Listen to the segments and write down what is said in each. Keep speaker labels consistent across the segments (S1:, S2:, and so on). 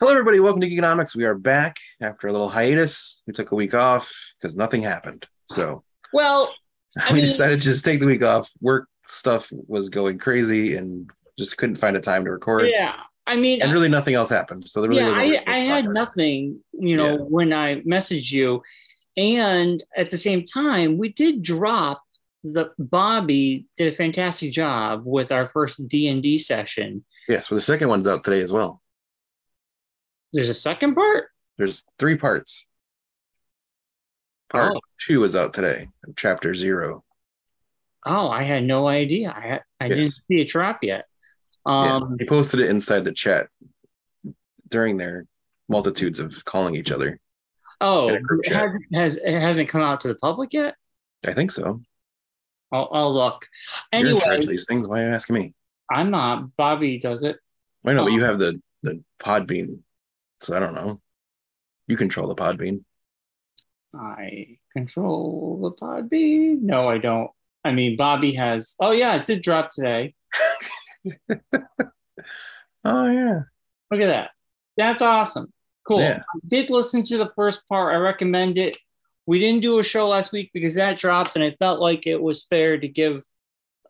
S1: Hello, everybody. Welcome to Economics. We are back after a little hiatus. We took a week off because nothing happened. So
S2: Well, I
S1: we
S2: mean-
S1: decided to just take the week off. Work stuff was going crazy and just couldn't find a time to record.
S2: yeah. I mean,
S1: And really, nothing else happened. So there really
S2: yeah,
S1: wasn't. really
S2: I, I had
S1: much
S2: nothing, you know,
S1: Yeah.
S2: when I messaged you. And at the same time, we did drop the Bobby did a fantastic job with our first D and D session.
S1: Yes, well, the second one's out today as well.
S2: There's a second part.
S1: There's three parts. Part
S2: Oh.
S1: two is out today, chapter zero.
S2: Oh, I had no idea. I I
S1: Yes.
S2: didn't see it drop yet. Um,
S1: yeah. He posted it inside the chat during their multitudes of calling each other.
S2: Oh,
S1: In a group
S2: it
S1: chat.
S2: hasn't- has it hasn't come out to the public yet?
S1: I think so.
S2: I'll, I'll look.
S1: You're in
S2: Anyway,
S1: charge of these things. Why are you asking me?
S2: I'm not. Bobby does it.
S1: I know, but
S2: Um,
S1: you have the the pod bean. So I don't know. You control the pod bean.
S2: I control the pod bean. No, I don't. I mean, Bobby has. Oh yeah, it did drop today.
S1: Oh yeah.
S2: Look at that. That's awesome. Cool.
S1: Yeah.
S2: I did listen to the first part. I recommend it. We didn't do a show last week because that dropped, and I felt like it was fair to give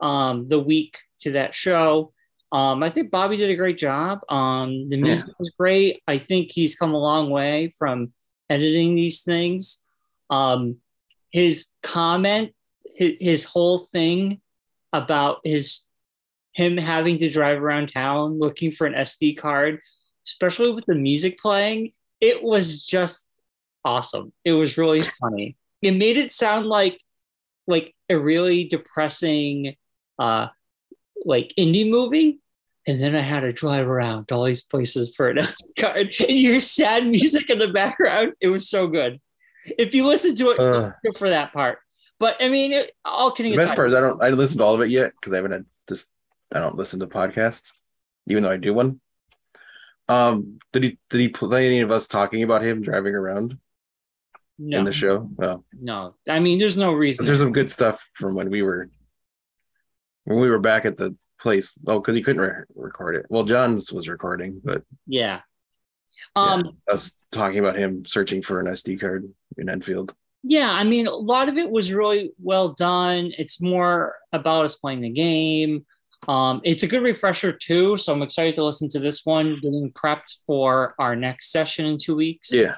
S2: um, the week to that show. Um, I think Bobby did a great job. Um, the music was great. I think he's come a long way from editing these things. Um, his comment, his, his whole thing about his him having to drive around town looking for an SD card, especially with the music playing, it was just awesome. It was really funny. It made it sound like like a really depressing uh like indie movie. And then I had to drive around to all these places for an SD card and you hear sad music in the background. It was so good. If you listen to it
S1: Uh.
S2: except for that part. But I mean it, all kidding
S1: The best
S2: aside.
S1: part is I don't I listened to all of it yet because I haven't had just I don't listen to podcasts, even though I do one. Um did he did he play any of us talking about him driving around
S2: no.
S1: in the show? Well,
S2: No, I mean, there's no reason.
S1: there's some good stuff from when we were when we were back at the place. Oh, because he couldn't re- record it. Well, John's was recording, but
S2: yeah. Um.
S1: us talking about him searching for an SD card in Enfield.
S2: Yeah. I mean, a lot of it was really well done. It's more about us playing the game. Um, it's a good refresher too, so I'm excited to listen to this one. Getting prepped for our next session in two weeks.
S1: Yeah.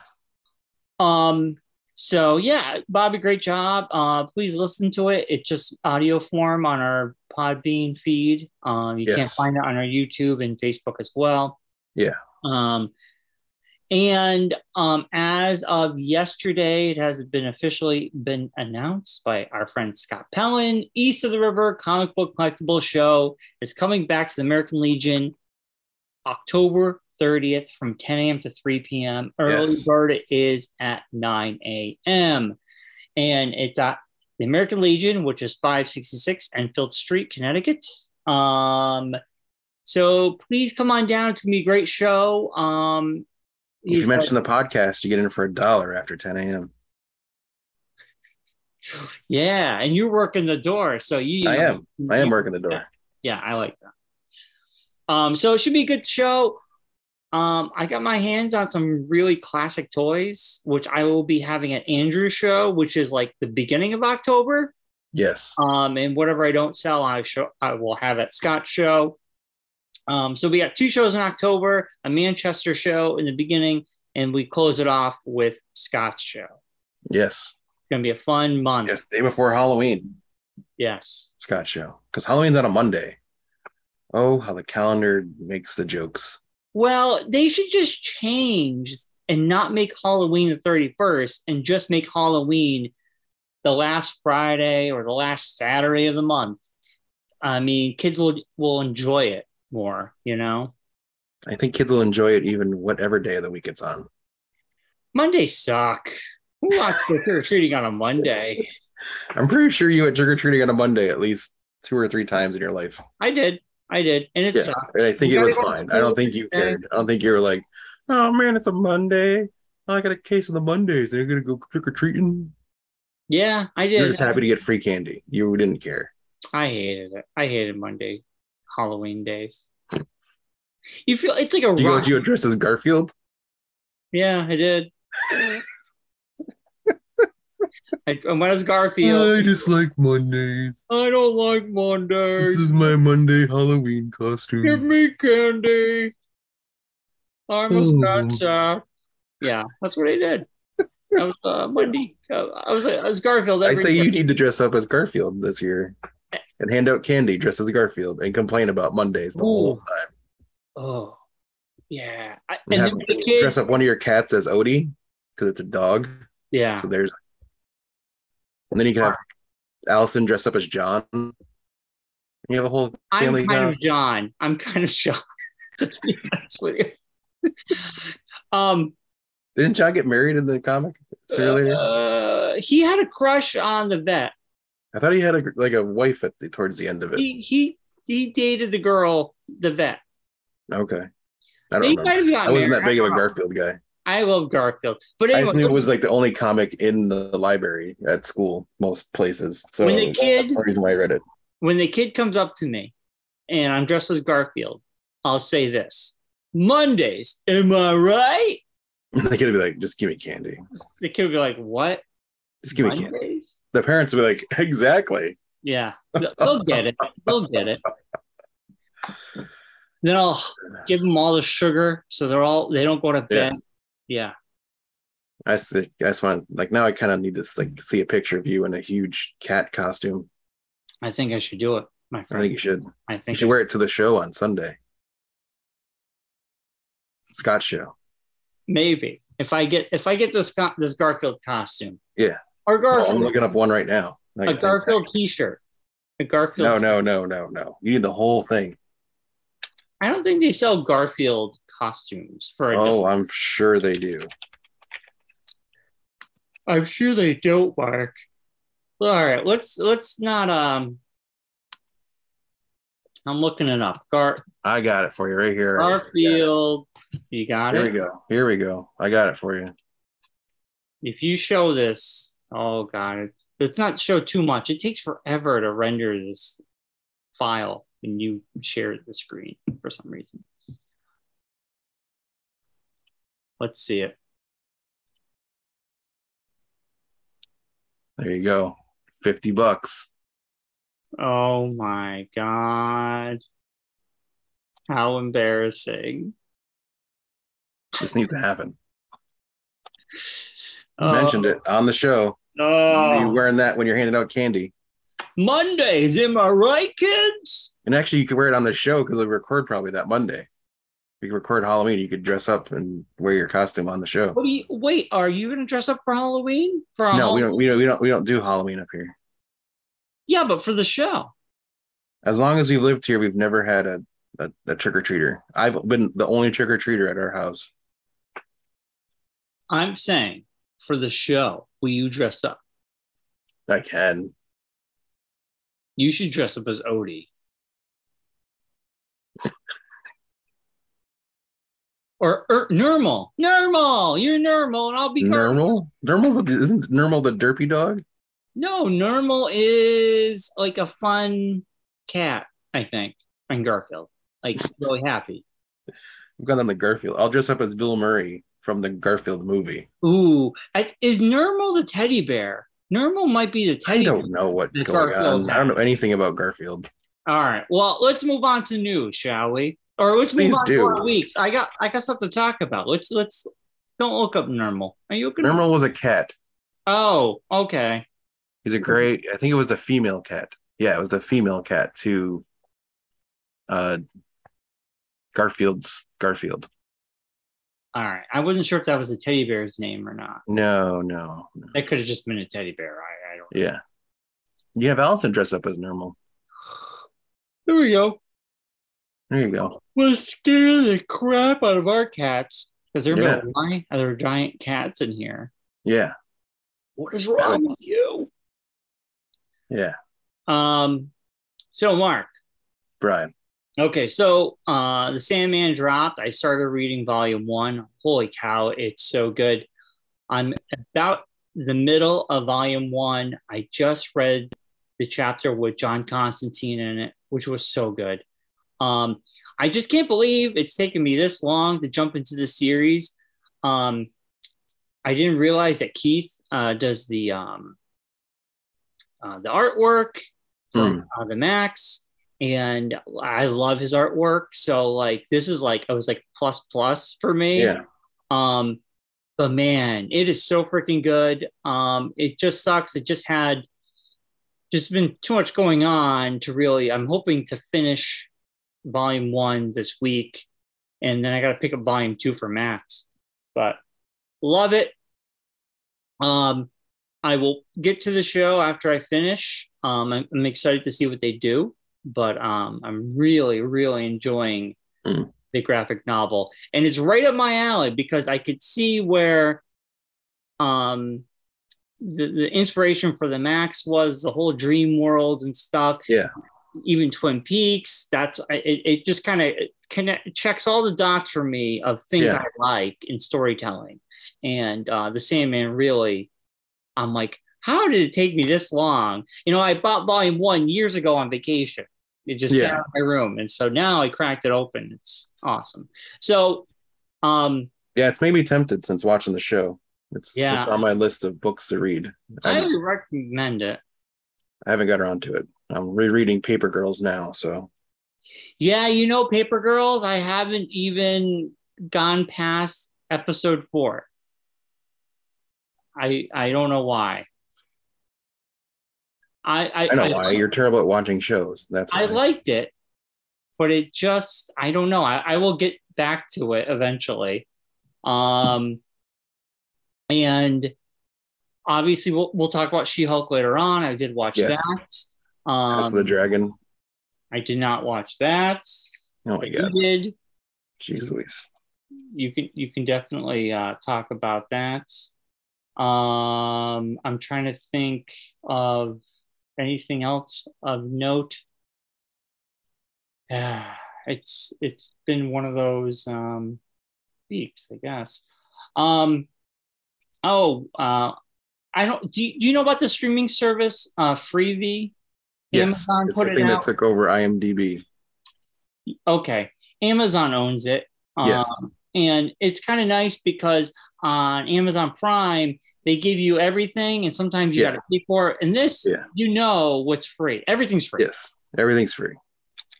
S2: Um. So yeah, Bobby, great job. Uh, please listen to it. It's just audio form on our Podbean feed. Um, you can't
S1: Yes.
S2: find it on our YouTube and Facebook as well.
S1: Yeah.
S2: Um, and um, as of yesterday, it has been officially been announced by our friend Scott Pellin. East of the River Comic Book Collectible Show is coming back to the American Legion October 30th from 10 a.m. to 3 p.m. Early
S1: Yes.
S2: bird is at 9 a.m. And it's at the American Legion, which is 566 Enfield Street, Connecticut. Um, so please come on down. It's gonna be a great show. Um,
S1: If
S2: he's
S1: you mention the podcast, you get in for a dollar after 10 a.m.
S2: like, yeah, and you're working the door, so you.
S1: I am. I am
S2: you-
S1: working the door.
S2: Yeah, I like that. Um, so it should be a good show. Um, I got my hands on some really classic toys, which I will be having at Andrew's show, which is like the beginning of October.
S1: Yes.
S2: Um, and whatever I don't sell, I show I will have at Scott's show. Um, so we got two shows in October, a Manchester show in the beginning, and we close it off with Scott's show. It's
S1: Yes.
S2: gonna be a fun month.
S1: Yes. Day before Halloween,
S2: yes.
S1: Scott Show. Because Halloween's on a Monday. Oh, how the calendar makes the jokes.
S2: Well, they should just change and not make Halloween the 31st and just make Halloween the last Friday or the last Saturday of the month. I mean, kids will will enjoy it more, you know.
S1: I think kids will enjoy it even whatever day of the week it's on.
S2: Mondays suck. Who watches trick or treating on a Monday?
S1: I'm pretty sure you went trick or treating on a Monday at least two or three times in your life.
S2: I did. I did. And it
S1: Yeah.
S2: sucked.
S1: And I think
S2: You
S1: it was
S2: gotta go
S1: fine.
S2: to
S1: I don't think you
S2: school every
S1: cared. I don't think you were like, oh man, it's a Monday. Oh, I got a case of the Mondays. They're going to go trick or treating.
S2: Yeah, I
S1: You're
S2: did.
S1: just happy to get free candy. You didn't care.
S2: I hated it. I hated Monday Halloween days. You feel it's like a
S1: Do you know
S2: rock.
S1: what you address as Garfield?
S2: Yeah, I did. I, and what is Garfield?
S1: I just like Mondays.
S2: I don't like
S1: This
S2: Mondays.
S1: is my Monday Halloween
S2: Give
S1: costume.
S2: me candy. I'm a
S1: Oh.
S2: Spencer. uh, Yeah, that's what I did. I was uh, Monday. Uh, I was I was Garfield.
S1: I
S2: Every
S1: say
S2: year.
S1: you need to dress up as Garfield this year and hand out candy dressed as Garfield and complain about Mondays the whole
S2: Ooh.
S1: time.
S2: Oh, yeah. I,
S1: And
S2: and
S1: have-
S2: then the kid.
S1: Dress up one of your cats as Odie because it's a dog.
S2: Yeah.
S1: So there's. And then you can have Allison dress up as John. You have a whole
S2: I'm
S1: Family
S2: kind of John. I'm kind of John. to be honest with you. um,
S1: Didn't John get married in the comic serially?
S2: uh, he had a crush on the vet.
S1: I thought he had a like a wife at the, towards the end of it.
S2: He he he dated the girl, the vet.
S1: okay, I
S2: They
S1: don't
S2: might
S1: know.
S2: have
S1: I
S2: gotten
S1: wasn't that
S2: married.
S1: big of a
S2: don't know.
S1: Garfield guy.
S2: I love Garfield, but
S1: I
S2: anyway,
S1: just knew it
S2: let's-
S1: was like the only comic in the library at school, most places. So
S2: When the kid-
S1: that's the reason why I read it.
S2: when the kid comes up to me, and I'm dressed as Garfield, I'll say this: Mondays, am I right?
S1: the kid would be like, "Just give me candy.
S2: The kid would be like, "What?
S1: Just give me candy."
S2: Mondays?"
S1: The parents would be like, "Exactly."
S2: Yeah, they'll they'll get it. They'll get it. Then I'll give them all the sugar so they're all they don't go to
S1: Yeah.
S2: bed. Yeah,
S1: I just, I just want like now I kind of need to like see a picture of you in a huge cat costume.
S2: I think I should do it, my
S1: I
S2: friend.
S1: think you should.
S2: I
S1: You
S2: think
S1: should wear it to the show on Sunday. Scott show.
S2: maybe if I get if I get this co- this Garfield costume.
S1: Yeah. Oh,
S2: or
S1: I'm
S2: Garfield
S1: looking up one right now. Like,
S2: a Garfield T-shirt. A Garfield.
S1: No, no, no, no, no. You need the whole thing.
S2: I don't think they sell Garfield costumes for.
S1: Oh,
S2: adults.
S1: I'm sure they do.
S2: I'm sure they don't, Mark. All right, let's let's not um. I'm looking it up. Gar
S1: I got it for you right here.
S2: Garfield. You got
S1: Here
S2: it.
S1: we go. Here we go. I got it for you.
S2: If you show this, oh god, it's, it's not show too much. It takes forever to render this file when you share the screen for some reason. Let's see it.
S1: There you go. 50 bucks.
S2: Oh my god. How embarrassing.
S1: This needs to happen.
S2: Oh,
S1: Mentioned it on the show. You're
S2: Oh,
S1: wearing that when you're handing out candy.
S2: Mondays, am I right, kids?
S1: And actually, you could wear it on the show because we record probably that Monday. We could record Halloween. You could dress up and wear your costume on the show.
S2: What do you wait? Are you gonna dress up for Halloween? For
S1: No,
S2: Hall-
S1: we don't. We don't. We don't. We don't do Halloween up here.
S2: Yeah, but for the show.
S1: As long as we've lived here, we've never had a a, a trick or treater. I've been the only trick or treater at our house.
S2: I'm saying for the show, will you dress up?
S1: I can.
S2: You should dress up as Odie. or, or Normal. Normal. You're normal, and I'll be Normal.
S1: Normal. Normal's a, isn't normal the derpy dog?
S2: No, normal is like a fun cat, I think, on Garfield. Like really happy.
S1: We've got on the Garfield. I'll dress up as Bill Murray from the Garfield movie.
S2: Ooh, I, is normal the teddy bear? Normal might be the
S1: I
S2: teddy bear.
S1: don't know what's
S2: The
S1: going
S2: Garfield.
S1: on. I don't know anything about Garfield.
S2: All right. Well, let's move on to news, shall we? Or let's
S1: Please
S2: move on
S1: do.
S2: to our weeks. I got I got stuff to talk about. Let's let's don't look up normal. Are you looking up-
S1: Normal was a cat.
S2: Oh, okay.
S1: He's a great. I think it was the female cat. Yeah, it was the female cat to uh, Garfield's Garfield.
S2: All right. I wasn't sure if that was a teddy bear's name or not.
S1: No, no, no.
S2: That could have just been a teddy bear. I, I don't
S1: Yeah, you have Allison dress up as normal.
S2: There we go.
S1: There you go.
S2: We'll scare the crap out of our cats because they're
S1: Yeah.
S2: yeah. why are there giant cats in here?
S1: Yeah,
S2: What is wrong with you?
S1: yeah.
S2: Um. So, Mark.
S1: Brian,
S2: Okay, so uh the Sandman dropped. I started reading volume one. Holy cow, it's so good. I'm about the middle of volume one. I just read the chapter with John Constantine in it, which was so good. Um, I just can't believe it's taken me this long to jump into the series. Um, I didn't realize that Keith uh, does the um, uh, the artwork
S1: Hmm.
S2: from uh, the Max, and I love his artwork. So like this is like I was like plus plus for me.
S1: Yeah.
S2: Um, but man, it is so freaking good. Um, it just sucks. It just had just been too much going on to really. I'm hoping to finish volume one this week, and then I got to pick up volume two for Max. But love it. Um, I will get to the show after I finish. Um, I'm, I'm excited to see what they do, but um, I'm really, really enjoying
S1: Mm.
S2: the graphic novel, and it's right up my alley because I could see where um, the, the inspiration for the Max was the whole dream world and stuff.
S1: Yeah.
S2: even Twin Peaks. That's I- it. It just kind of connect checks all the dots for me of things
S1: Yeah.
S2: I like in storytelling, and uh, the Sandman really. I'm like, how did it take me this long? You know, I bought volume one years ago on vacation. It just sat
S1: Yeah.
S2: in my room. And so now I cracked it open. It's awesome. So um
S1: Yeah, it's made me tempted since watching the show. It's
S2: Yeah.
S1: it's on my list of books to read. I,
S2: I
S1: just-
S2: would recommend it.
S1: I haven't got around to it. I'm rereading Paper Girls now, so
S2: Yeah, you know, Paper Girls, I haven't even gone past episode four. I I don't know why. I I,
S1: I know why you're terrible at watching shows. That's
S2: I
S1: why.
S2: liked it, but it just I don't know. I, I will get back to it eventually. Um and obviously we'll we'll talk about She-Hulk later on. I did watch
S1: Yes.
S2: that.
S1: House
S2: Um
S1: of the Dragon.
S2: I did not watch that.
S1: Oh my
S2: But you
S1: god,
S2: did.
S1: jeez Louise.
S2: You can you can definitely uh talk about that. Um I'm trying to think of anything else of note. Ah, it's it's been one of those um weeks, I guess. Um oh uh I don't do you, do you know about the streaming service uh Freevee?
S1: Yes,
S2: Amazon
S1: it's
S2: put
S1: the
S2: it
S1: thing
S2: out.
S1: that took over IMDb.
S2: okay amazon owns it um,
S1: Yes.
S2: and it's kind of nice because on amazon prime they give you everything and sometimes you
S1: Yeah.
S2: got to pay for it and this
S1: Yeah.
S2: you know what's free everything's free
S1: Yes, everything's free.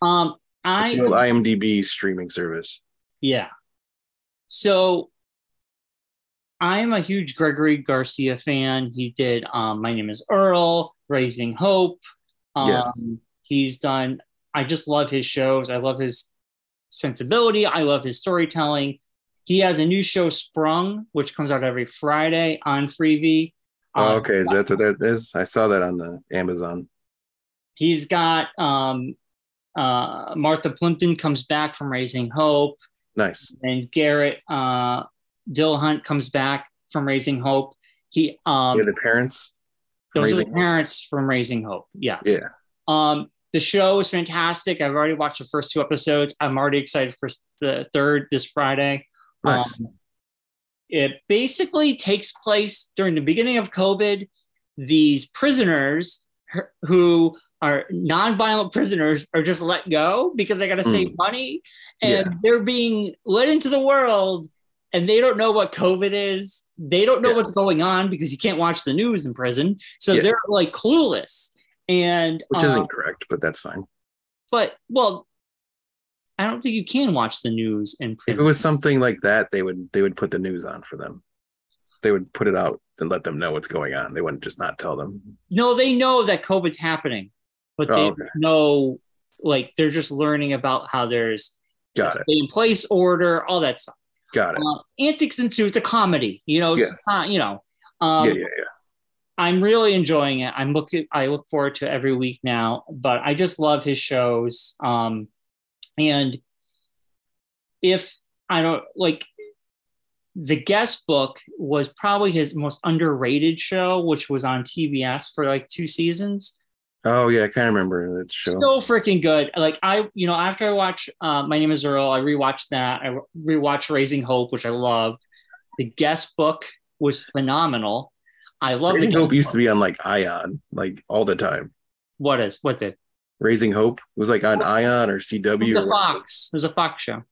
S2: um i
S1: It's the old IMDb streaming service.
S2: yeah so i'm a huge gregory garcia fan he did um, my name is earl raising hope um,
S1: Yes.
S2: he's done i just love his shows i love his sensibility. I love his storytelling. He has a new show, Sprung, which comes out every Friday on Freevee.
S1: Oh,
S2: Um,
S1: okay, is that what that is? I saw that on the Amazon.
S2: He's got um, uh, Martha Plimpton comes back from Raising Hope,
S1: Nice.
S2: and Garrett uh, Dill comes back from Raising Hope. He um,
S1: yeah, the parents.
S2: those are
S1: Raising
S2: the
S1: Hope.
S2: parents from Raising Hope. Yeah.
S1: Yeah.
S2: Um, the show is fantastic. I've already watched the first two episodes. I'm already excited for the third this Friday.
S1: Nice.
S2: Um, it basically takes place during the beginning of COVID. These prisoners her- who are nonviolent prisoners are just let go because they got to
S1: Hmm.
S2: save money and they're being let into the world and they don't know what COVID is. They don't know
S1: Yeah.
S2: what's going on because you can't watch the news in prison. So
S1: Yeah.
S2: they're like clueless. And
S1: Which
S2: um,
S1: isn't correct, but that's fine.
S2: but well, I don't think you can watch the news in
S1: If
S2: prison.
S1: it was something like that, they would they would put the news on for them. They would put it out and let them know what's going on. They wouldn't just not tell them.
S2: No, they know that COVID's happening, but they
S1: Oh, okay.
S2: know, like, they're just learning about how there's
S1: Got
S2: a
S1: it.
S2: stay in place order, all that stuff.
S1: Got it.
S2: Uh, antics and Suits, a comedy, you know, it's
S1: Yes.
S2: not- you know. Um,
S1: yeah, yeah, yeah.
S2: I'm really enjoying it. I'm looking. I look forward to every week now. But I just love his shows. Um, and if I don't like, the guest book was probably his most underrated show, which was on TBS for like two seasons.
S1: Oh yeah, I kind of remember that show.
S2: So freaking good. Like I, you know, after I watch uh, My Name Is Earl, I rewatched that. I rewatched Raising Hope, which I loved. The guest book was phenomenal. I love
S1: Raising
S2: the guest
S1: Hope used
S2: book.
S1: to be on like Ion, like all the time.
S2: What is what the
S1: Raising Hope was like on Ion or CW.
S2: the
S1: or whatever.
S2: Fox? It was a Fox show.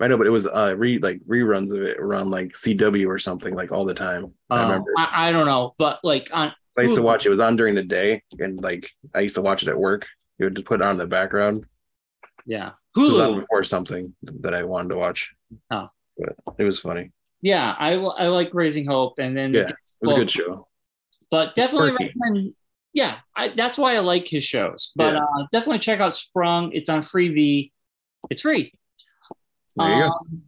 S1: I know, but it was uh re like reruns of it around like CW or something like all the time. I
S2: Uh,
S1: remember.
S2: I, I don't know, but like on
S1: I used to watch it. It was on during the day, and like I used to watch it at work. You would just put it on in the background.
S2: yeah
S1: It was on
S2: Hulu.
S1: before something that I wanted to watch.
S2: Oh.
S1: but it was funny. It
S2: Yeah, I li- I like Raising Hope, and then
S1: Yeah,
S2: it
S1: was a good show.
S2: but definitely
S1: Quirky.
S2: recommend. Yeah, I, that's why I like his shows. But
S1: Yeah.
S2: uh, definitely check out Sprung. It's on Freevee. It's free.
S1: There you go.
S2: Um,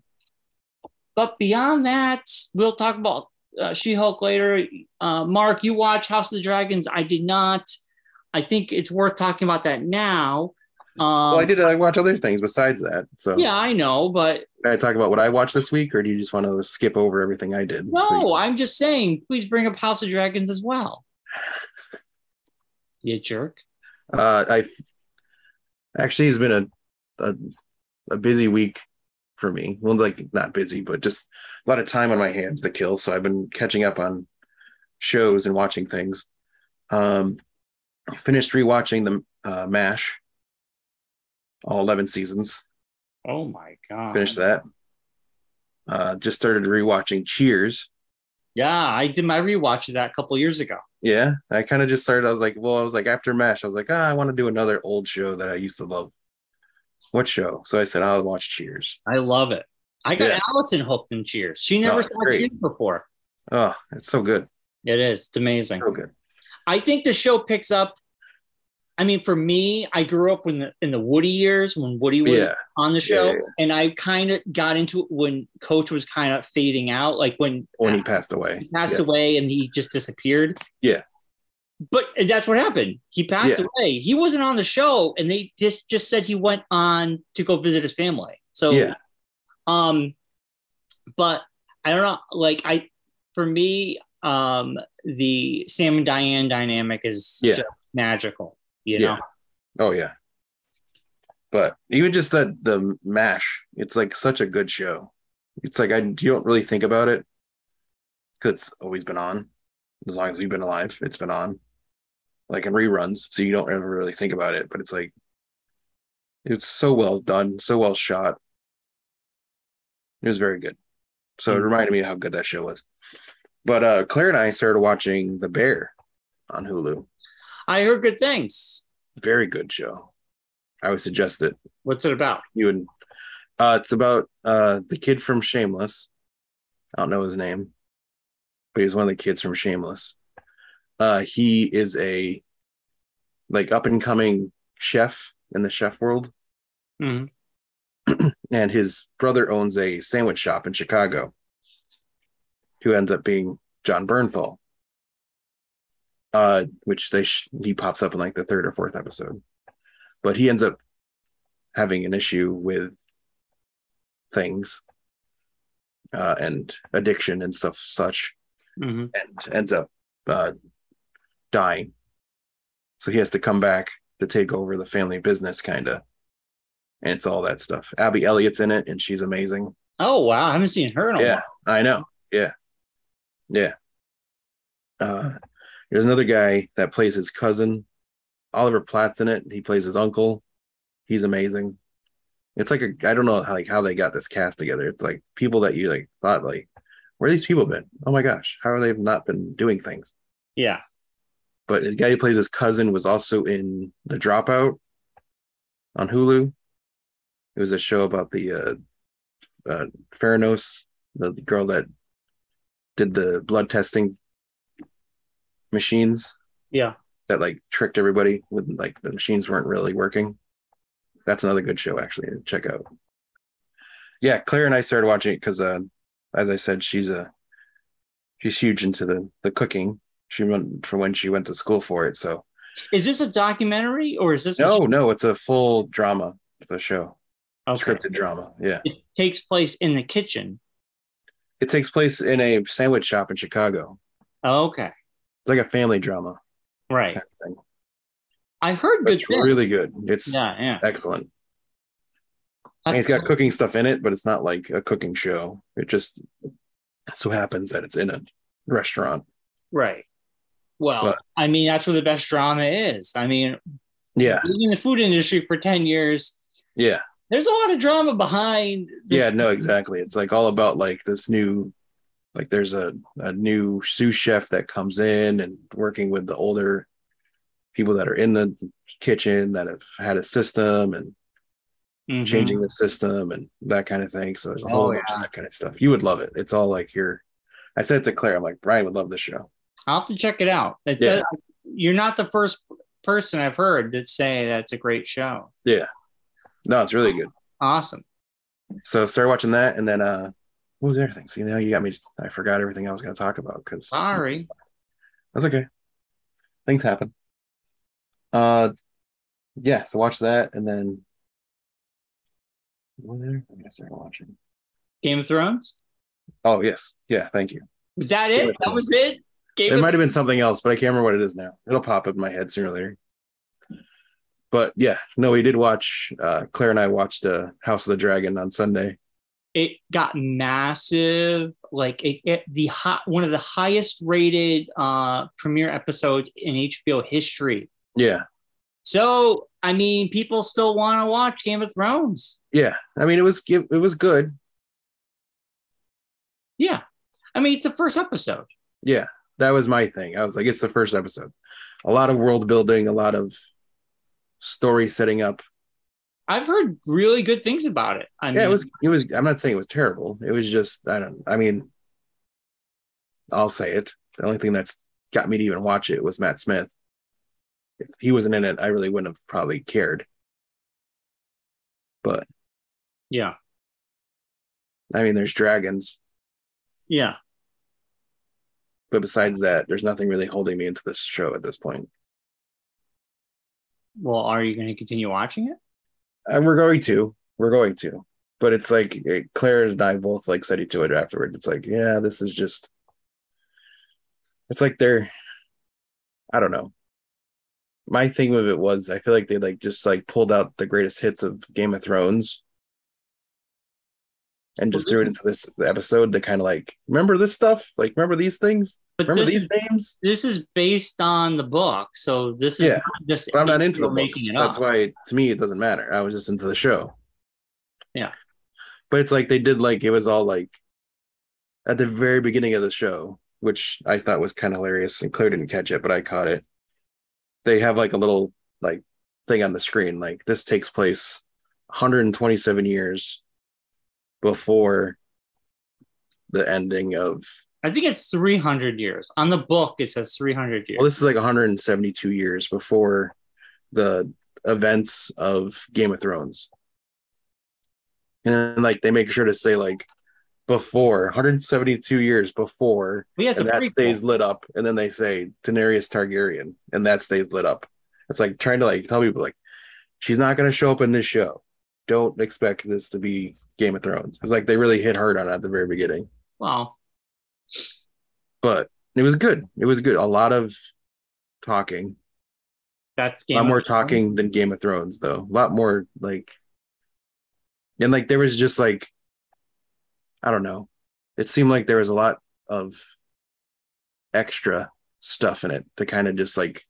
S2: But beyond that, we'll talk about uh, She Hulk later. Uh, Mark, you watch House of the Dragons. I did not. I think it's worth talking about that now. Um,
S1: well, I did like watch other things besides that. So
S2: Yeah, I know, but
S1: can I talk about what I watched this week, or do you just want to skip over everything I did?
S2: no,
S1: So you-
S2: I'm just saying, please bring up House of Dragons as well. You jerk.
S1: Uh, I actually it's been a, a a busy week for me. Well, like not busy, but just a lot of time on my hands to kill. So I've been catching up on shows and watching things. Um, I finished rewatching the uh, Mash, all eleven seasons.
S2: Oh my god.
S1: Finished that. Uh, just started rewatching Cheers.
S2: Yeah, I did my rewatch of that a couple years ago.
S1: Yeah, I kind of just started. I was like, well, I was like after Mash, I was like, ah, I want to do another old show that I used to love. What show? So I said, I'll watch Cheers.
S2: I love it. I got
S1: Yeah.
S2: Allison hooked in Cheers. She never
S1: it's
S2: saw
S1: great.
S2: Cheers before.
S1: Oh, it's so good.
S2: It is. It's amazing.
S1: So good.
S2: I think the show picks up. I mean, for me, I grew up when the, in the Woody years when Woody was
S1: Yeah.
S2: on the show,
S1: Yeah, yeah.
S2: and I kind of got into it when Coach was kind of fading out, like when
S1: When he passed away.
S2: he passed
S1: yeah.
S2: away and he just disappeared.
S1: Yeah.
S2: But that's what happened. He passed
S1: Yeah.
S2: away. He wasn't on the show, and they just just said he went on to go visit his family. So,
S1: Yeah.
S2: um, but I don't know. Like I, for me, um, the Sam and Diane dynamic is
S1: Yeah.
S2: just magical. You
S1: Yeah.
S2: know,
S1: Oh yeah. But even just the the mash, it's like such a good show. It's like I you don't really think about it because it's always been on. As long as we've been alive, it's been on. Like in reruns, so you don't ever really think about it. But it's like it's so well done, so well shot. It was very good. So it
S2: Mhm.
S1: reminded me how good that show was. But uh Claire and I started watching The Bear on Hulu.
S2: I heard good things.
S1: very good show. I would suggest it.
S2: What's it about?
S1: You would. Uh, it's about uh, the kid from Shameless. I don't know his name, but he's one of the kids from Shameless. Uh, he is a like up and coming chef in the chef world,
S2: Mhm.
S1: and his brother owns a sandwich shop in Chicago. Who ends up being John Bernthal, uh, which they sh- he pops up in like the third or fourth episode, but he ends up having an issue with things uh, and addiction and stuff such
S2: Mhm.
S1: and ends up uh, dying so he has to come back to take over the family business kind of and it's all that stuff abby elliott's in it and she's amazing
S2: Oh wow, I haven't seen her in a
S1: yeah
S2: while.
S1: i know yeah yeah uh, there's another guy that plays his cousin oliver platt's in it he plays his uncle he's amazing it's like a, i don't know how, like how they got this cast together it's like people that you like thought like where these people been oh my gosh how are they not been doing things
S2: Yeah.
S1: but the guy who plays his cousin was also in the dropout on hulu it was a show about the uh, uh Theranos, the girl that did the blood testing machines
S2: Yeah.
S1: that like tricked everybody with like the machines weren't really working. That's another good show actually to check out. Yeah, Claire and I started watching it because, uh, as I said, she's a she's huge into the the cooking. She went from when she went to school for it. So
S2: Is this a documentary or is this
S1: no,
S2: A
S1: no, it's a full drama. It's a show,
S2: okay.
S1: scripted drama. Yeah,
S2: It takes place in the kitchen.
S1: it takes place in a sandwich shop in Chicago.
S2: Okay.
S1: It's like a family drama
S2: Right.
S1: kind of thing.
S2: I heard good
S1: It's
S2: things.
S1: really good. It's
S2: yeah, yeah.
S1: excellent. And it's got cooking stuff in it, but it's not like a cooking show. It just so happens that it's in a restaurant.
S2: Right. Well,
S1: But-
S2: I mean, that's where the best drama is. I mean,
S1: Yeah,
S2: being in the food industry for 10 years,
S1: yeah,
S2: there's a lot of drama behind this-
S1: yeah, no, exactly. It's like all about like this new, like there's a, a new sous chef that comes in and working with the older people that are in the kitchen that have had a system and
S2: Mhm.
S1: changing the system and that kind of thing. So there's a
S2: Oh,
S1: whole bunch of that kind of stuff. You would love it. It's all like your. I said to Claire, I'm like Brian would love this show.
S2: I'll have to check it out. It
S1: Yeah.
S2: does- you're not the first person I've heard that say that's a great show.
S1: No, it's really good.
S2: Awesome.
S1: So start watching that, and then uh, what was the other thing? See, now you got me. I forgot everything I was going to talk about because
S2: Sorry.
S1: That's okay. Things happen. Uh, yeah. So watch that, and then. What there? I guess I'm watching.
S2: Game of Thrones.
S1: Oh yes, yeah. Thank you.
S2: Was that it? That was it. Game
S1: There
S2: of
S1: might have been something else, but I can't remember what it is now. It'll pop up in my head sooner or later. But yeah, no, we did watch. Uh, Claire and I watched uh, House of the Dragon on Sunday.
S2: it got massive like it, it the hot one of the highest rated uh premiere episodes in hbo history
S1: Yeah,
S2: so i mean people still want to watch game of thrones
S1: yeah. I mean, it was it, it was good.
S2: yeah i mean it's the first episode
S1: Yeah, that was my thing. I was like, it's the first episode. A lot of world building, a lot of story setting up.
S2: i've heard really good things about it i mean
S1: yeah, it was. It was. I'm not saying it was terrible. It was just. I don't. I mean, I'll say it. The only thing that's got me to even watch it was Matt Smith. If he wasn't in it, I really wouldn't have probably cared. But
S2: yeah
S1: I mean, there's dragons.
S2: yeah
S1: But besides that, there's nothing really holding me into this show at this point.
S2: well are you going to continue watching it
S1: Uh, we're going to. We're going to. But it's like it, Claire and I both like said to it afterward. It's like, yeah, this is just. It's like they're. I don't know. My thing with it was I feel like they like just like pulled out the greatest hits of Game of Thrones. And just
S2: Well,
S1: threw it
S2: this
S1: into this episode to kind of like remember this stuff, like remember these things,
S2: but
S1: remember
S2: this,
S1: these names.
S2: this is based on the book so this is
S1: Yeah.
S2: not just
S1: But I'm not into the
S2: people
S1: books.
S2: making it
S1: That's
S2: up
S1: why to me it doesn't matter. I was just into the show.
S2: Yeah.
S1: But it's like they did like it was all like at the very beginning of the show, which I thought was kind of hilarious. And Claire didn't catch it, but I caught it. They have like a little like thing on the screen, like this takes place 127 years before the ending of
S2: i think it's 300 years on the book it says 300
S1: Well,
S2: years
S1: Oh, this is like 172 years before the events of Game of Thrones. And then, like they make sure to say like before 172 years before
S2: we have to
S1: and that
S2: prequel.
S1: stays lit up and then they say Daenerys Targaryen and that stays lit up. It's like trying to like tell people like she's not going to show up in this show. Don't expect this to be Game of Thrones. It's like they really hit hard on it at the very beginning
S2: Well,
S1: but it was good. It was good. A lot of talking.
S2: that's
S1: A
S2: game.
S1: lot
S2: of
S1: more
S2: Thrones.
S1: talking than Game of Thrones, though. A lot more like, and like there was just like, I don't know. It seemed like there was a lot of extra stuff in it to kind of just like,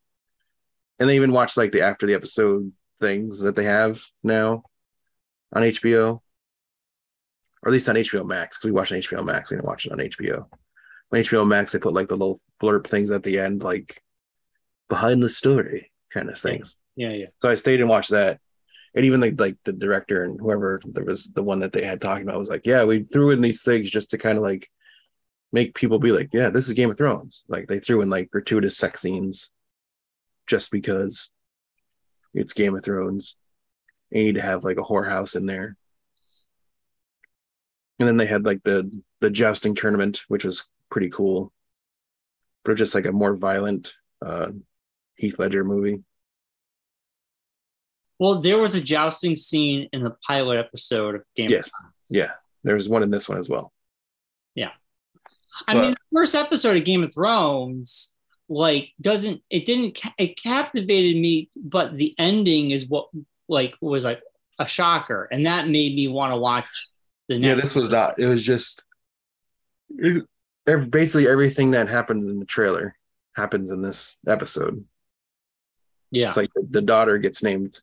S1: and they even watched like the after the episode things that they have now on HBO, or at least on HBO Max because we watched on HBO Max. We didn't watch it on HBO. On HBO Max, they put like the little blurb things at the end, like behind the story kind of things.
S2: Yeah, yeah.
S1: So I stayed and watched that. And even like like the director and whoever there was the one that they had talking about was like, yeah, we threw in these things just to kind of like make people be like, yeah, this is Game of Thrones. Like they threw in like gratuitous sex scenes just because it's Game of Thrones. You need to have like a whorehouse in there. And then they had like the the jousting tournament, which was pretty cool. But just like a more violent uh Heath Ledger movie.
S2: Well, there was a jousting scene in the pilot episode of Game. of
S1: Yes. Yeah. There's one in this one as well.
S2: I
S1: But-
S2: mean, the first episode of Game of Thrones, like, doesn't it didn't ca- it captivated me, but the ending is what like was like a shocker, and that made me want to watch the next.
S1: Yeah, this was not. It was just it, ev- basically everything that happens in the trailer happens in this episode.
S2: Yeah,
S1: It's like the, the daughter gets named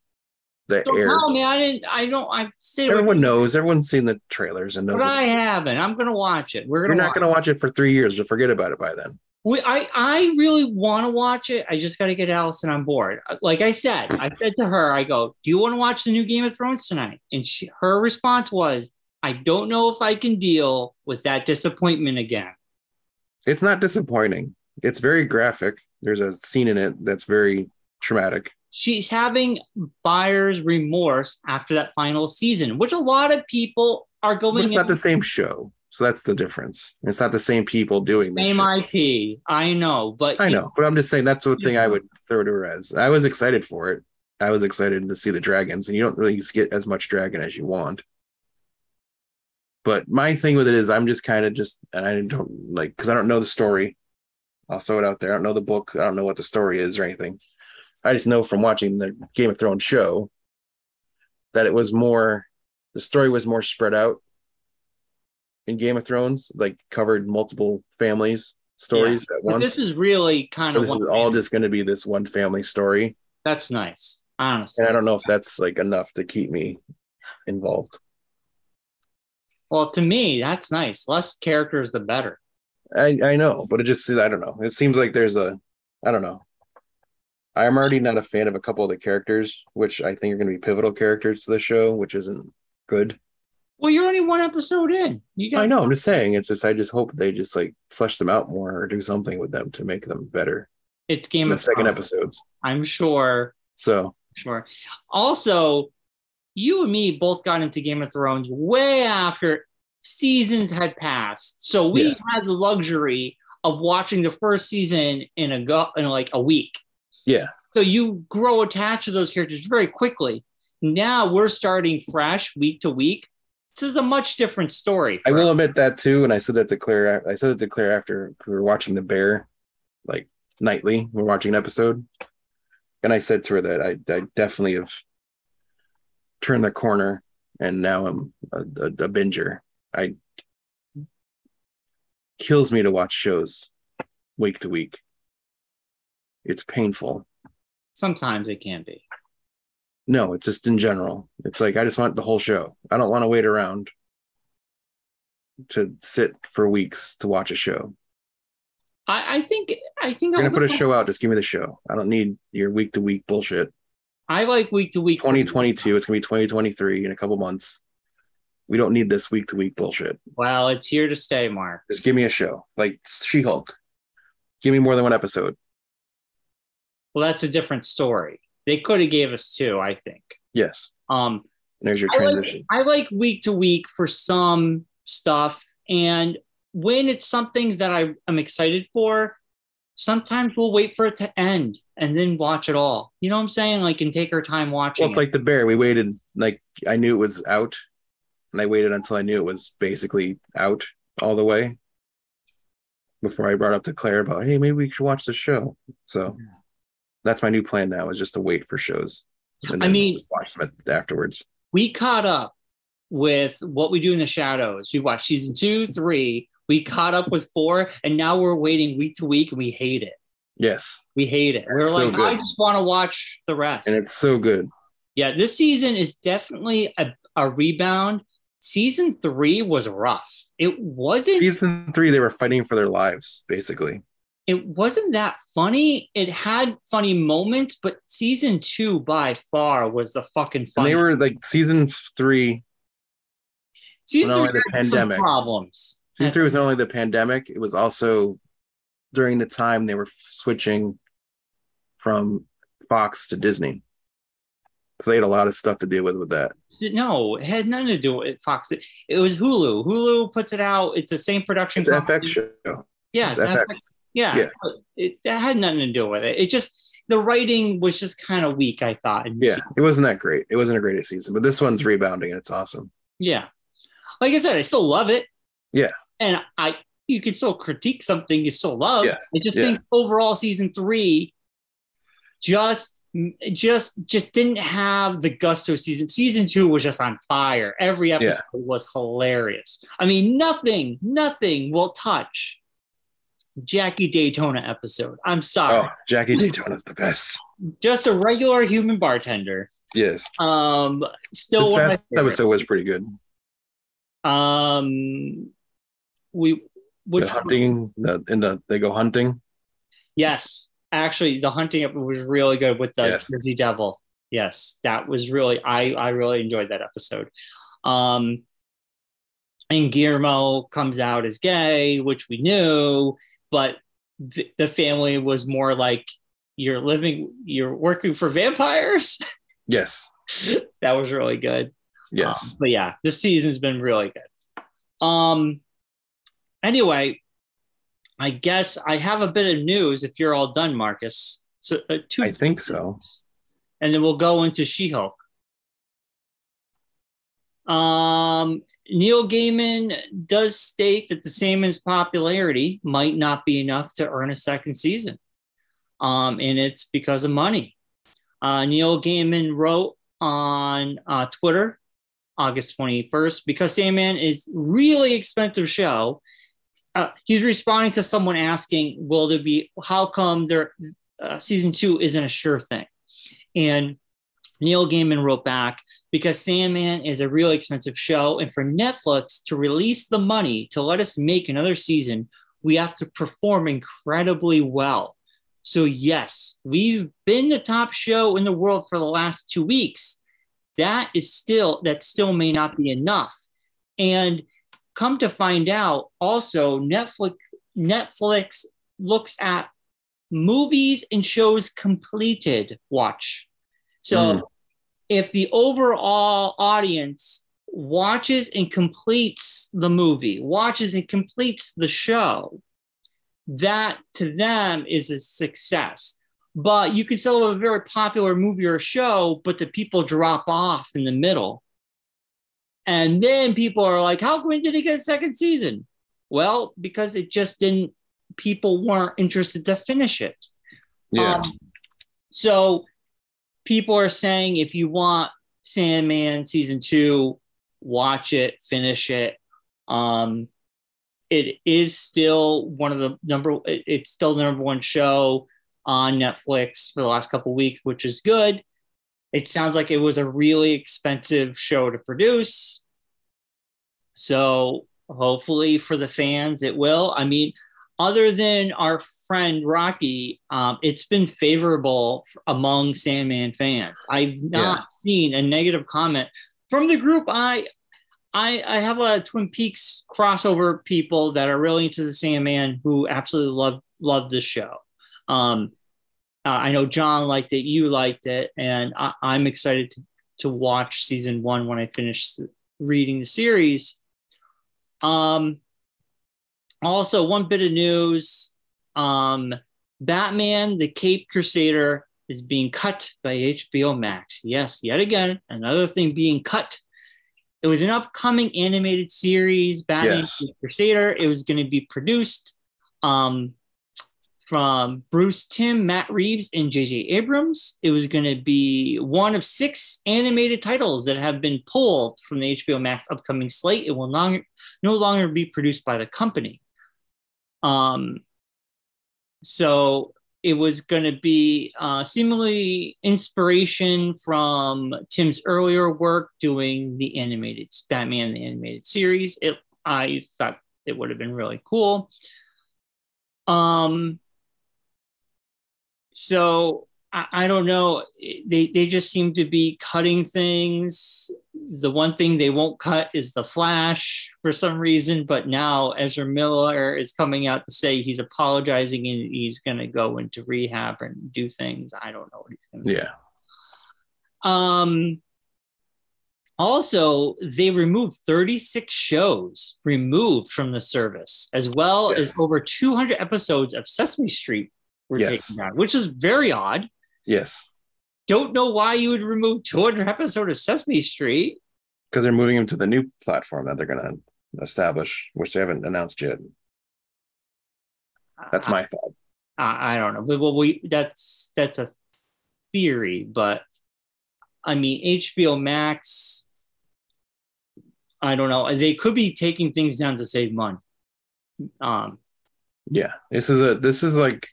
S1: the
S2: Don't
S1: air.
S2: know, man. I didn't. I don't. I stayed away
S1: Everyone
S2: from-
S1: knows. Everyone's seen the trailers and knows.
S2: but
S1: it's-
S2: I haven't. I'm gonna watch it. We're gonna.
S1: You're not
S2: watch
S1: going to watch it for three years. You'll forget about it by then.
S2: We, I, I really want to watch it. I just got to get Allison on board. Uh, Like I said, I said to her, I go, Do you want to watch the new Game of Thrones tonight? And she, her response was, I don't know if I can deal with that disappointment again.
S1: It's not disappointing. It's very graphic. There's a scene in it that's very traumatic.
S2: She's having buyer's remorse after that final season, which a lot of people are
S1: But
S2: going
S1: it's not the
S2: in-
S1: same show. So that's the difference. It's not the same people doing this
S2: same
S1: shit.
S2: IP. I know, but
S1: I know, but I'm just saying that's the thing I would throw to her as. I was excited for it. I was excited to see the dragons, and you don't really get as much dragon as you want. But my thing with it is, I'm just kind of just, and I don't like because I don't know the story. I'll throw it out there. I don't know the book. I don't know what the story is or anything. I just know from watching the Game of Thrones show that it was more, the story was more spread out in Game of Thrones, like covered multiple families' stories at
S2: but
S1: once.
S2: this is really kind
S1: So
S2: of
S1: this is
S2: one-
S1: all just going to be this one family story
S2: that's nice, honestly.
S1: and i don't know if that's like enough to keep me involved
S2: Well, to me, that's nice. Less characters, the better.
S1: i i know but it just i don't know it seems like there's a i don't know i'm already not a fan of a couple of the characters which i think are going to be pivotal characters to the show which isn't good
S2: Well, you're only one episode in. You got
S1: i know i'm just saying it's just i just hope they just like flesh them out more or do something with them to make them better
S2: It's
S1: in
S2: Game
S1: the
S2: of
S1: second
S2: Thrones.
S1: episodes
S2: I'm sure.
S1: so
S2: Sure. Also, you and me both got into Game of Thrones way after seasons had passed, so we
S1: Yeah.
S2: had the luxury of watching the first season in a go in like a week.
S1: yeah
S2: So you grow attached to those characters very quickly. Now we're starting fresh week to week. This is a much different story.
S1: I
S2: for
S1: will admit that too, and I said that to Claire. I said it to Claire after we were watching The Bear, like nightly. We're watching an episode, and I said to her that I, I definitely have turned the corner, and now I'm a, a, a binger. I kills me to watch shows week to week. It's painful.
S2: Sometimes it can be.
S1: No, it's just in general. It's like I just want the whole show. I don't want to wait around to sit for weeks to watch a show.
S2: I, I think I think
S1: You're
S2: I'll
S1: gonna put a
S2: go-
S1: show out. Just give me the show. I don't need your week to week bullshit.
S2: I like week to week.
S1: 2022. It's gonna be 2023 in a couple months. We don't need this week to week bullshit.
S2: Well, it's here to stay, Mark.
S1: Just give me a show like She Hulk. Give me more than one episode.
S2: Well, that's a different story. They could have gave us two, I think.
S1: Yes.
S2: Um,
S1: There's your
S2: I like-
S1: transition.
S2: I like week to week for some stuff, and when it's something that I am excited for, sometimes we'll wait for it to end and then watch it all. You know what I'm saying? Like, and take our time watching.
S1: well, it's
S2: it.
S1: like the bear. We waited. Like I knew it was out, and I waited until I knew it was basically out all the way before I brought up to Claire about, hey, maybe we should watch the show. So that's my new plan now is just to wait for shows. And
S2: I
S1: then
S2: mean-
S1: just watch them afterwards.
S2: we caught up with what we do in the shadows. We watched season two, three. We caught up with four, and now we're waiting week to week, and we hate it.
S1: Yes,
S2: We hate it. We're
S1: That's so
S2: like, I
S1: good.
S2: just want to watch the rest.
S1: and it's so good.
S2: Yeah, this season is definitely a, a rebound. Season three was rough. It wasn't
S1: Season three, they were fighting for their lives, basically.
S2: it wasn't that funny. It had funny moments, but season two by far was the fucking
S1: And
S2: funny.
S1: they were like season three.
S2: season
S1: when all
S2: three
S1: the
S2: had
S1: pandemic-
S2: some problems.
S1: Season three was not only the pandemic; it was also during the time they were f- switching from Fox to Disney. So they had a lot of stuff to deal with with that.
S2: No, it had nothing to do with Fox. It, it was Hulu. Hulu puts it out. It's the same production.
S1: It's an FX
S2: company.
S1: show.
S2: Yeah,
S1: It's
S2: it's
S1: FX.
S2: FX. Yeah,
S1: Yeah.
S2: but It, that had nothing to do with it. It just the writing was just kind of weak. I thought. in
S1: Yeah, it wasn't that great. It wasn't a greatest season, but this one's rebounding and it's awesome.
S2: Yeah. Like I said, I still love it.
S1: Yeah.
S2: And I you can still critique something you still love.
S1: Yes.
S2: I just
S1: Yeah.
S2: think overall season 3 just just just didn't have the gusto season. Season 2 was just on fire. Every episode was hilarious. I mean, nothing, nothing will touch Jackie Daytona episode. I'm sorry.
S1: Oh, Jackie Daytona's the best.
S2: Just a regular human bartender.
S1: Yes.
S2: Um, still
S1: This
S2: one of my
S1: past
S2: favorite.
S1: episode was pretty good.
S2: Um, we which
S1: the hunting, the, and the, they go hunting.
S2: yes, actually, the hunting episode was really good with the
S1: Yes.
S2: Jersey Devil. Yes, that was really I I really enjoyed that episode. Um, and Guillermo comes out as gay, which we knew, but th- the family was more like you're living, you're working for vampires.
S1: Yes.
S2: that was really good.
S1: Yes.
S2: Um, but yeah, this season's been really good. Um anyway, I guess I have a bit of news if you're all done, Marcus. So uh, two,
S1: I think so.
S2: and then we'll go into She-Hulk. Um Neil Gaiman does state that the Sandman's popularity might not be enough to earn a second season. Um, and it's because of money. Uh, Neil Gaiman wrote on uh, Twitter August 21st because Sandman is really expensive show. Uh, he's responding to someone asking, "Will there be? How come there uh, season two isn't a sure thing?" And Neil Gaiman wrote back because Sandman is a really expensive show, and for Netflix to release the money to let us make another season, we have to perform incredibly well. So yes, we've been the top show in the world for the last two weeks that is still that still may not be enough and come to find out also netflix netflix looks at movies and shows completed watch so
S1: Mm.
S2: if the overall audience watches and completes the movie watches and completes the show that to them is a success but you can still have a very popular movie or show, but the people drop off in the middle. And then people are like, how come it didn't get a second season? Well, because it just didn't, people weren't interested to finish it.
S1: Yeah.
S2: Um, so people are saying if you want Sandman season two, watch it, finish it. Um, it is still one of the number. it- It's still the number one show on Netflix for the last couple weeks, which is good. It sounds like it was a really expensive show to produce. So hopefully for the fans, it will. I mean, other than our friend Rocky, um, it's been favorable f- among Sandman fans. I've not seen a negative comment from the group. I, I, I have a Twin Peaks crossover people that are really into the Sandman who absolutely love love the show. Um, uh, I know John liked it, you liked it, and I, I'm excited to to watch season one when I finish th- reading the series. Um, also, one bit of news um, Batman, the Cape Crusader, is being cut by HBO Max. Yes, yet again, another thing being cut. It was an upcoming animated series, Batman
S1: Yes.
S2: Cape Crusader. It was going to be produced um, from Bruce Tim, Matt Reeves, and JJ Abrams. It was going to be one of six animated titles that have been pulled from the HBO Max upcoming slate. It will not, no longer be produced by the company. Um, so it was going to be uh, seemingly inspiration from Tim's earlier work doing the animated Batman the animated series. It I thought it would have been really cool. Um, so I, I don't know. They they just seem to be cutting things. The one thing they won't cut is the Flash for some reason, but now Ezra Miller is coming out to say he's apologizing and he's going to go into rehab and do things. I don't know what he's going to
S1: yeah.
S2: um also they removed 36 shows removed from the service as well
S1: Yes.
S2: as over 200 episodes of sesame street were
S1: Yes.
S2: taken down which is very odd
S1: Yes.
S2: don't know why you would remove 200 episodes of sesame street
S1: Because they're moving him to the new platform that they're going to establish, which they haven't announced yet. That's my thought.
S2: I, I don't know. But well, we that's that's a theory, but I mean HBO Max. I don't know. They could be taking things down to save money. Um,
S1: yeah this is a this is like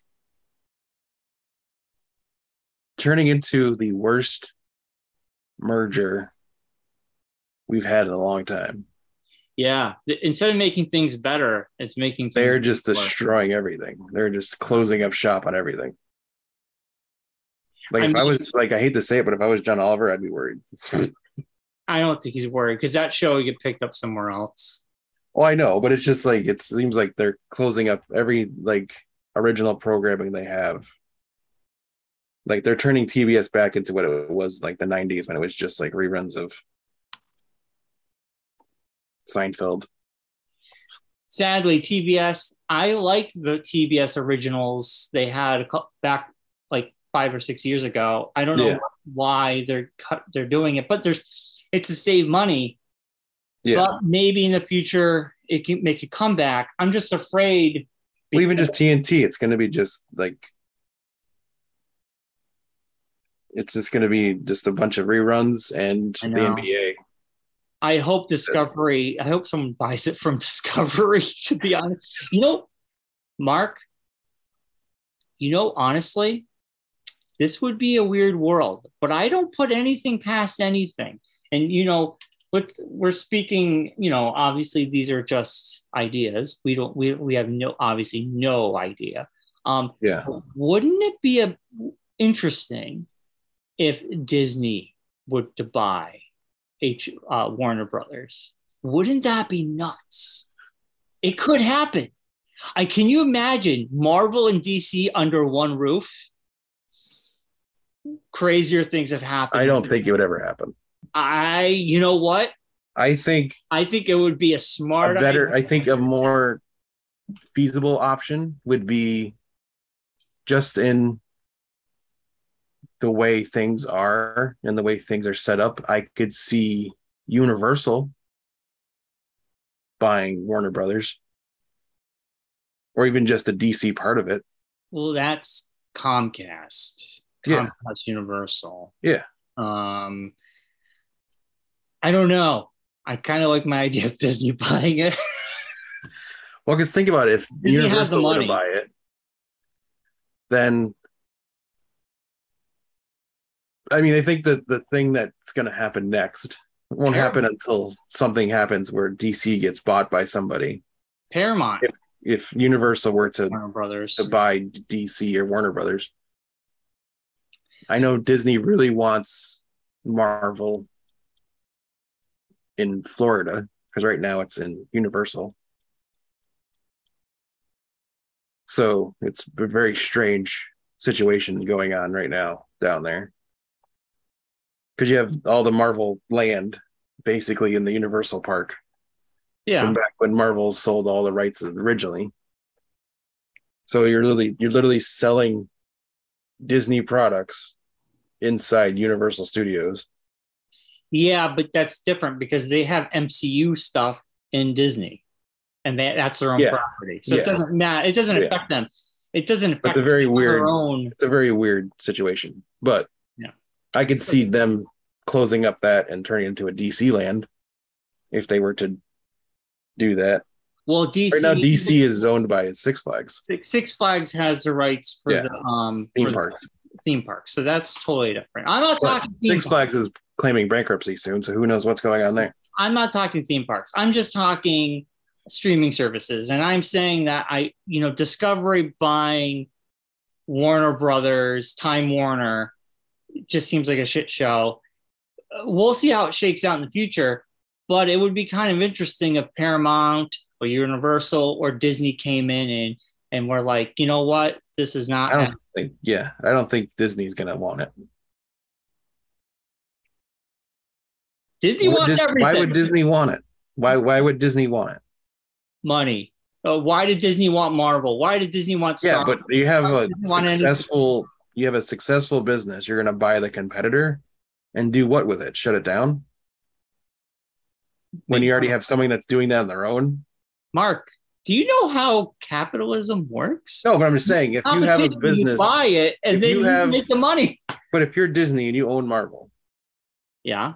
S1: turning into the worst merger we've had in a long time
S2: Yeah. Th- Instead of making things better, it's making
S1: they're
S2: things
S1: just
S2: worse.
S1: destroying everything they're just closing up shop on everything like
S2: I
S1: if i
S2: mean-
S1: was like i hate to say it but if i was john oliver i'd be worried
S2: I don't think he's worried because that show would get picked up somewhere else.
S1: Well, I know, but it's just like it seems like they're closing up every like original programming they have. Like they're turning TBS back into what it was like the '90s when it was just like reruns of Seinfeld.
S2: Sadly, TBS. I liked the TBS originals they had a cou- back like five or six years ago. I don't know
S1: Yeah.
S2: why they're cut, they're doing it, but there's it's to save money.
S1: Yeah,
S2: But maybe in the future it can make a comeback. I'm just afraid.
S1: well, even just TNT, it's going to be just like it's just going to be just a bunch of reruns and
S2: I
S1: the
S2: know.
S1: NBA.
S2: I hope Discovery. I hope someone buys it from Discovery. To be honest, you know, Mark. You know, honestly, this would be a weird world, but I don't put anything past anything. And you know, with we're speaking, you know, obviously these are just ideas. We don't. We we have no obviously no idea. Um,
S1: Yeah,
S2: wouldn't it be a, interesting if Disney would to buy H uh, Warner Brothers? Wouldn't that be nuts? It could happen. I can you imagine Marvel and DC under one roof? Crazier things have happened.
S1: I don't think it would ever happen.
S2: I you know what?
S1: I think
S2: I think it would be a
S1: a
S2: smart
S1: better i
S2: idea.
S1: think a more feasible option would be just in the way things are and the way things are set up i could see universal buying warner brothers or even just the dc part of it
S2: Well, that's Comcast.
S1: Yeah.
S2: Comcast Universal.
S1: Yeah.
S2: Um, I don't know. I kind of like my idea of Disney buying it.
S1: well because think about it if
S2: Disney has the
S1: universal were to
S2: money.
S1: buy it then I mean, I think that the thing that's going to happen next won't happen until something happens where DC gets bought by somebody.
S2: Paramount,
S1: If- If Universal were to,
S2: Warner Brothers.
S1: to buy DC or Warner Brothers, I know Disney really wants Marvel in Florida because right now it's in Universal. So it's a very strange situation going on right now down there. Because you have all the Marvel land basically in the Universal Park
S2: Yeah.
S1: from back when Marvel sold all the rights originally. So you're literally you're literally selling Disney products inside Universal Studios.
S2: Yeah, but that's different because they have MCU stuff in Disney and that, that's their own
S1: Yeah.
S2: property. So
S1: Yeah.
S2: it doesn't matter. It doesn't
S1: Yeah.
S2: affect them. It doesn't affect
S1: It's a very weird
S2: their own.
S1: it's a very weird situation. But
S2: Yeah.
S1: I could see them closing up that and turning into a DC land if they were to do that.
S2: Well, DC.
S1: Right now DC is owned by Six Flags
S2: Six Flags has the rights for
S1: Yeah.
S2: the um for
S1: theme
S2: the-
S1: parks.
S2: theme parks. So that's totally different. I'm not
S1: But
S2: talking theme
S1: Six
S2: parks.
S1: Flags is claiming bankruptcy soon, so who knows what's going on there.
S2: I'm not talking theme parks. I'm just talking streaming services. And I'm saying that I, you know, Discovery buying Warner Brothers, Time Warner just seems like a shit show. Uh, We'll see how it shakes out in the future, but it would be kind of interesting if Paramount or Universal or Disney came in and and were like, you know what, this is not
S1: I don't think yeah, I don't think Disney's gonna want it.
S2: Disney
S1: Would
S2: wants
S1: Dis-
S2: everything.
S1: Why would Disney want it? Why why would Disney want it?
S2: money. Uh, why did Disney want Marvel? Why did Disney want Star?
S1: Yeah, but you have
S2: Why
S1: a
S2: would Disney want anything?
S1: successful you have a successful business. You're going to buy the competitor and do what with it? Shut it down? When you already have something that's doing that on their own?
S2: Mark, do you know how capitalism works?
S1: No, but I'm just saying if you have a
S2: Competition, you
S1: business,
S2: buy it and
S1: if
S2: then
S1: you
S2: you
S1: have-
S2: make the money.
S1: but if you're Disney and you own Marvel
S2: Yeah,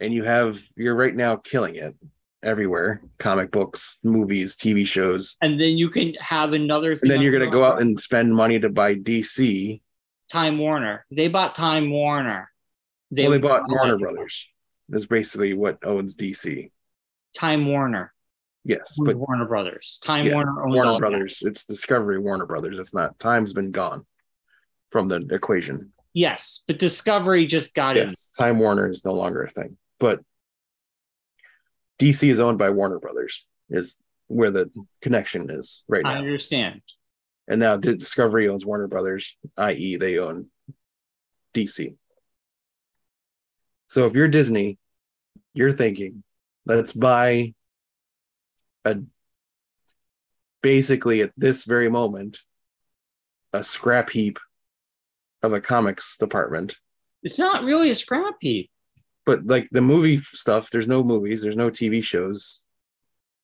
S1: and you have you're right now killing it everywhere comic books, movies, TV shows.
S2: and then you can have another. Thing
S1: And then you're
S2: on
S1: going to go out and spend money to buy DC.
S2: Time Warner. They bought Time Warner.
S1: They, well, they
S2: would
S1: bought
S2: buy
S1: Warner Brothers. That's basically what owns DC.
S2: Time Warner.
S1: Yes,
S2: But
S1: but
S2: Warner Brothers. Time
S1: Yeah,
S2: Warner owns all
S1: Warner
S2: of that.
S1: Brothers. It's Discovery Warner Brothers. It's not. Time's been gone from the equation.
S2: Yes, but Discovery just got in.
S1: Yes, Time Warner is no longer a thing. But DC is owned by Warner Brothers. Is where the connection is right
S2: I
S1: now.
S2: understand.
S1: and now Di- Discovery owns Warner Brothers, i.e., they own DC. So if you're Disney, you're thinking, let's buy a basically at this very moment a scrap heap of a comics department.
S2: It's not really a scrap heap.
S1: But like the movie f- stuff, there's no movies, there's no TV shows.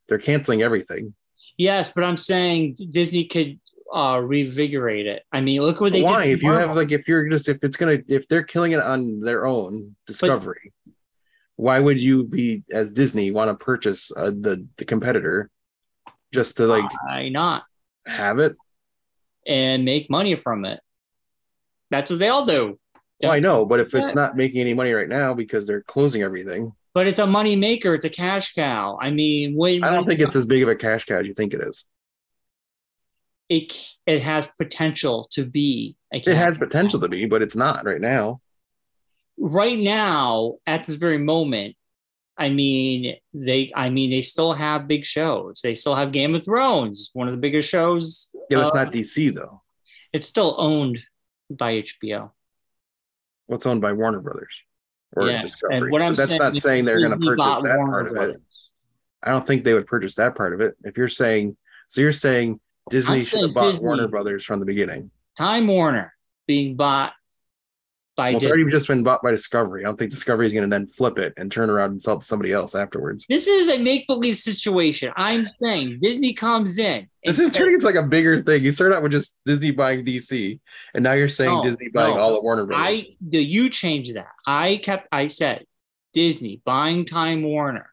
S1: They're canceling everything.
S2: Yes, but I'm saying Disney could uh revigorate it. I mean, look what they
S1: Why?
S2: did.
S1: If you have
S2: Marvel.
S1: like, if you're just, if it's gonna, if they're killing it on their own discovery, why would you be as Disney want to purchase uh, the the competitor just to like
S2: why not
S1: have it?
S2: and make money from it? That's what they all do.
S1: Well, I know, but if it's
S2: Yeah.
S1: not making any money right now because they're closing everything,
S2: But it's a money maker. It's a cash cow. I mean, when
S1: I don't think it's as big of a cash cow as you think it is.
S2: it c- it has potential to be. A
S1: It
S2: cash
S1: has
S2: cow.
S1: potential to be, but it's not right now.
S2: right now at this very moment i mean they i mean they still have big shows they still have game of thrones one of the biggest shows
S1: Yeah, but
S2: uh,
S1: it's not DC though.
S2: it's still owned by hbo
S1: It's owned by Warner Brothers or
S2: Yes,
S1: Discovery.
S2: and what i'm
S1: But that's
S2: saying
S1: not
S2: is
S1: saying they're going to
S2: Disney
S1: purchase
S2: bought
S1: that
S2: Warner
S1: part of it.
S2: Brothers.
S1: I don't think they would purchase that part of it. If you're saying, so you're saying Disney
S2: I'm
S1: should
S2: saying
S1: have bought
S2: Disney.
S1: Warner Brothers from the beginning.
S2: time warner being bought by
S1: Well, it's
S2: Disney.
S1: already just been bought by Discovery. I don't think Discovery is going to then flip it and turn around and sell it to somebody else afterwards.
S2: this is a make-believe situation i'm saying disney comes in
S1: This
S2: and
S1: is turning into like a bigger thing. You started out with just Disney buying DC, and now you're saying
S2: No,
S1: Disney buying
S2: no.
S1: all of Warner Brothers.
S2: I no, you changed that. I kept I said Disney buying Time Warner.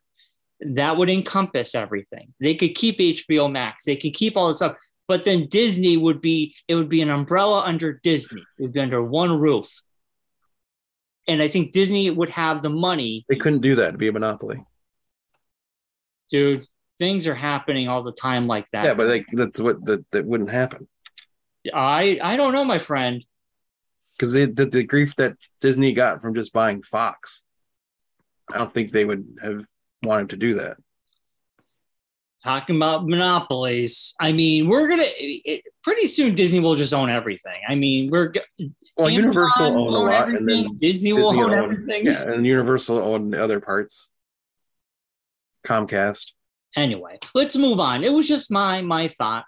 S2: That would encompass everything. They could keep HBO Max. They could keep all this stuff. But then Disney would be it would be an umbrella under Disney. It would be under one roof. And I think Disney would have the money,
S1: they couldn't do that to be a monopoly.
S2: dude. Things are happening all the time like that.
S1: Yeah, but like that's what that, that wouldn't happen
S2: I I don't know, my friend.
S1: because the, the grief that Disney got from just buying Fox, I don't think they would have wanted to do that.
S2: talking about monopolies i mean we're gonna it, pretty soon disney will just own everything i mean we're g-
S1: Well,
S2: Amazon
S1: Universal
S2: will
S1: owned a lot, and then
S2: everything, disney will
S1: Disney
S2: own
S1: owned-
S2: everything
S1: Yeah, and Universal owned the other parts. Comcast.
S2: anyway let's move on it was just my my thought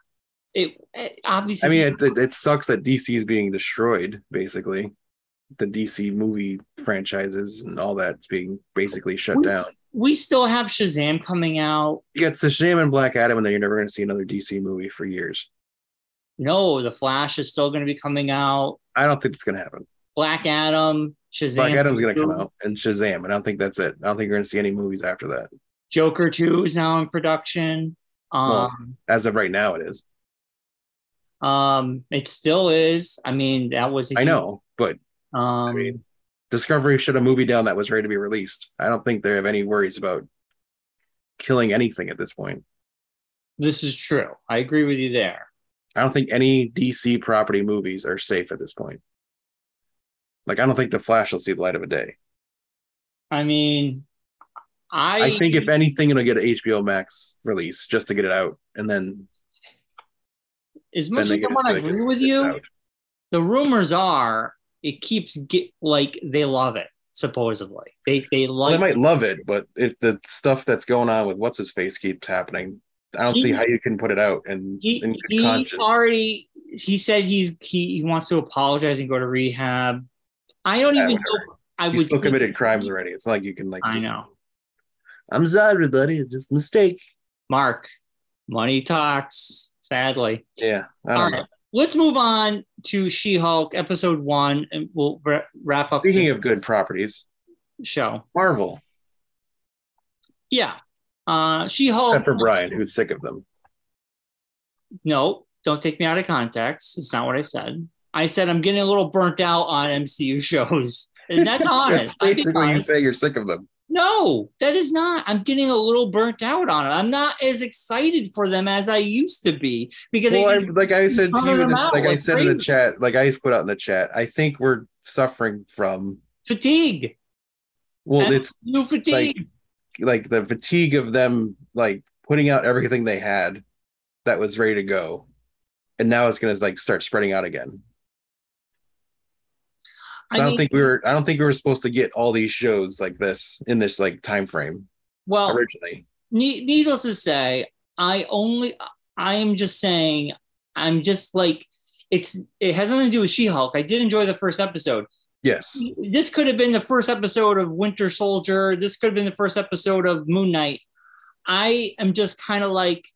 S2: it, it
S1: I
S2: obviously
S1: mean, it, it, it sucks that DC is being destroyed. Basically, the DC movie franchises and all that's being basically shut
S2: We-
S1: down.
S2: we still have shazam coming out
S1: You got Shazam and Black Adam, and then you're never going to see another DC movie for years.
S2: no the flash is still going to be coming out
S1: I don't think it's going to happen.
S2: black adam shazam
S1: Black Adam's going to
S2: 2,
S1: come out and Shazam, and I don't think that's it. I don't think you're going to see any movies after that.
S2: joker 2 is now in production um
S1: Well, As of right now, it is.
S2: um it still is i mean that was a
S1: I
S2: huge-
S1: know, but
S2: um
S1: I mean, Discovery shut a movie down that was ready to be released. I don't think they have any worries about killing anything at this point.
S2: This is true. I agree with you there.
S1: I don't think any DC property movies are safe at this point. Like, I don't think The Flash will see the light of a day.
S2: I mean, I,
S1: I, think, if anything, it'll get an HBO Max release just to get it out. And then,
S2: as
S1: then
S2: much as I
S1: get it
S2: want to
S1: like
S2: agree
S1: it's-
S2: with
S1: it's
S2: you,
S1: out.
S2: the rumors are it keeps get like they love it. Supposedly, they they
S1: Well, they
S2: like.
S1: might love it, but if the stuff that's going on with What's His Face keeps happening, I don't
S2: He-
S1: see how you can put it out and in
S2: he
S1: good
S2: he
S1: conscience.
S2: already he said he's he, he wants to apologize and go to rehab. I don't
S1: Yeah,
S2: even know. I
S1: He's
S2: would
S1: still
S2: think-
S1: committed crimes already. It's not like you can, like,
S2: I
S1: just-
S2: know,
S1: I'm sorry, buddy. It's just a mistake.
S2: Mark. Money talks. Sadly.
S1: Yeah. I don't
S2: All right.
S1: know.
S2: Uh, Let's move on to She-Hulk episode one, and we'll wra- wrap up
S1: Speaking
S2: the
S1: of good properties,
S2: show.
S1: Marvel.
S2: Yeah. Uh, she Hulk.
S1: Except for Brian, who's sick of them.
S2: No, don't take me out of context. It's not what I said. I said I'm getting a little burnt out on MCU shows, and that's honest.
S1: That's
S2: I'm being
S1: basically, you
S2: honest.
S1: say you're sick of them.
S2: No, that is not. I'm getting a little burnt out on it. I'm not as excited for them as I used to be because
S1: Well,
S2: I
S1: I,
S2: just-
S1: like I said to
S2: Calling
S1: you, in
S2: them
S1: the,
S2: out
S1: like I
S2: like
S1: said in the
S2: crazy.
S1: chat, like I put out in the chat, I think we're suffering from.
S2: fatigue.
S1: Well,
S2: And-
S1: it's
S2: New fatigue.
S1: like the fatigue of them like putting out everything they had that was ready to go, and now it's gonna like start spreading out again. So I,
S2: I
S1: don't
S2: mean,
S1: think we were. I don't think we were supposed to get all these shows like this in this like time frame
S2: well,
S1: originally.
S2: ne- needless to say, I only I am just saying I'm just like it's it has nothing to do with She-Hulk. I did enjoy the first episode.
S1: Yes,
S2: This could have been the first episode of Winter Soldier. This could have been the first episode of Moon Knight. I am just kind of like,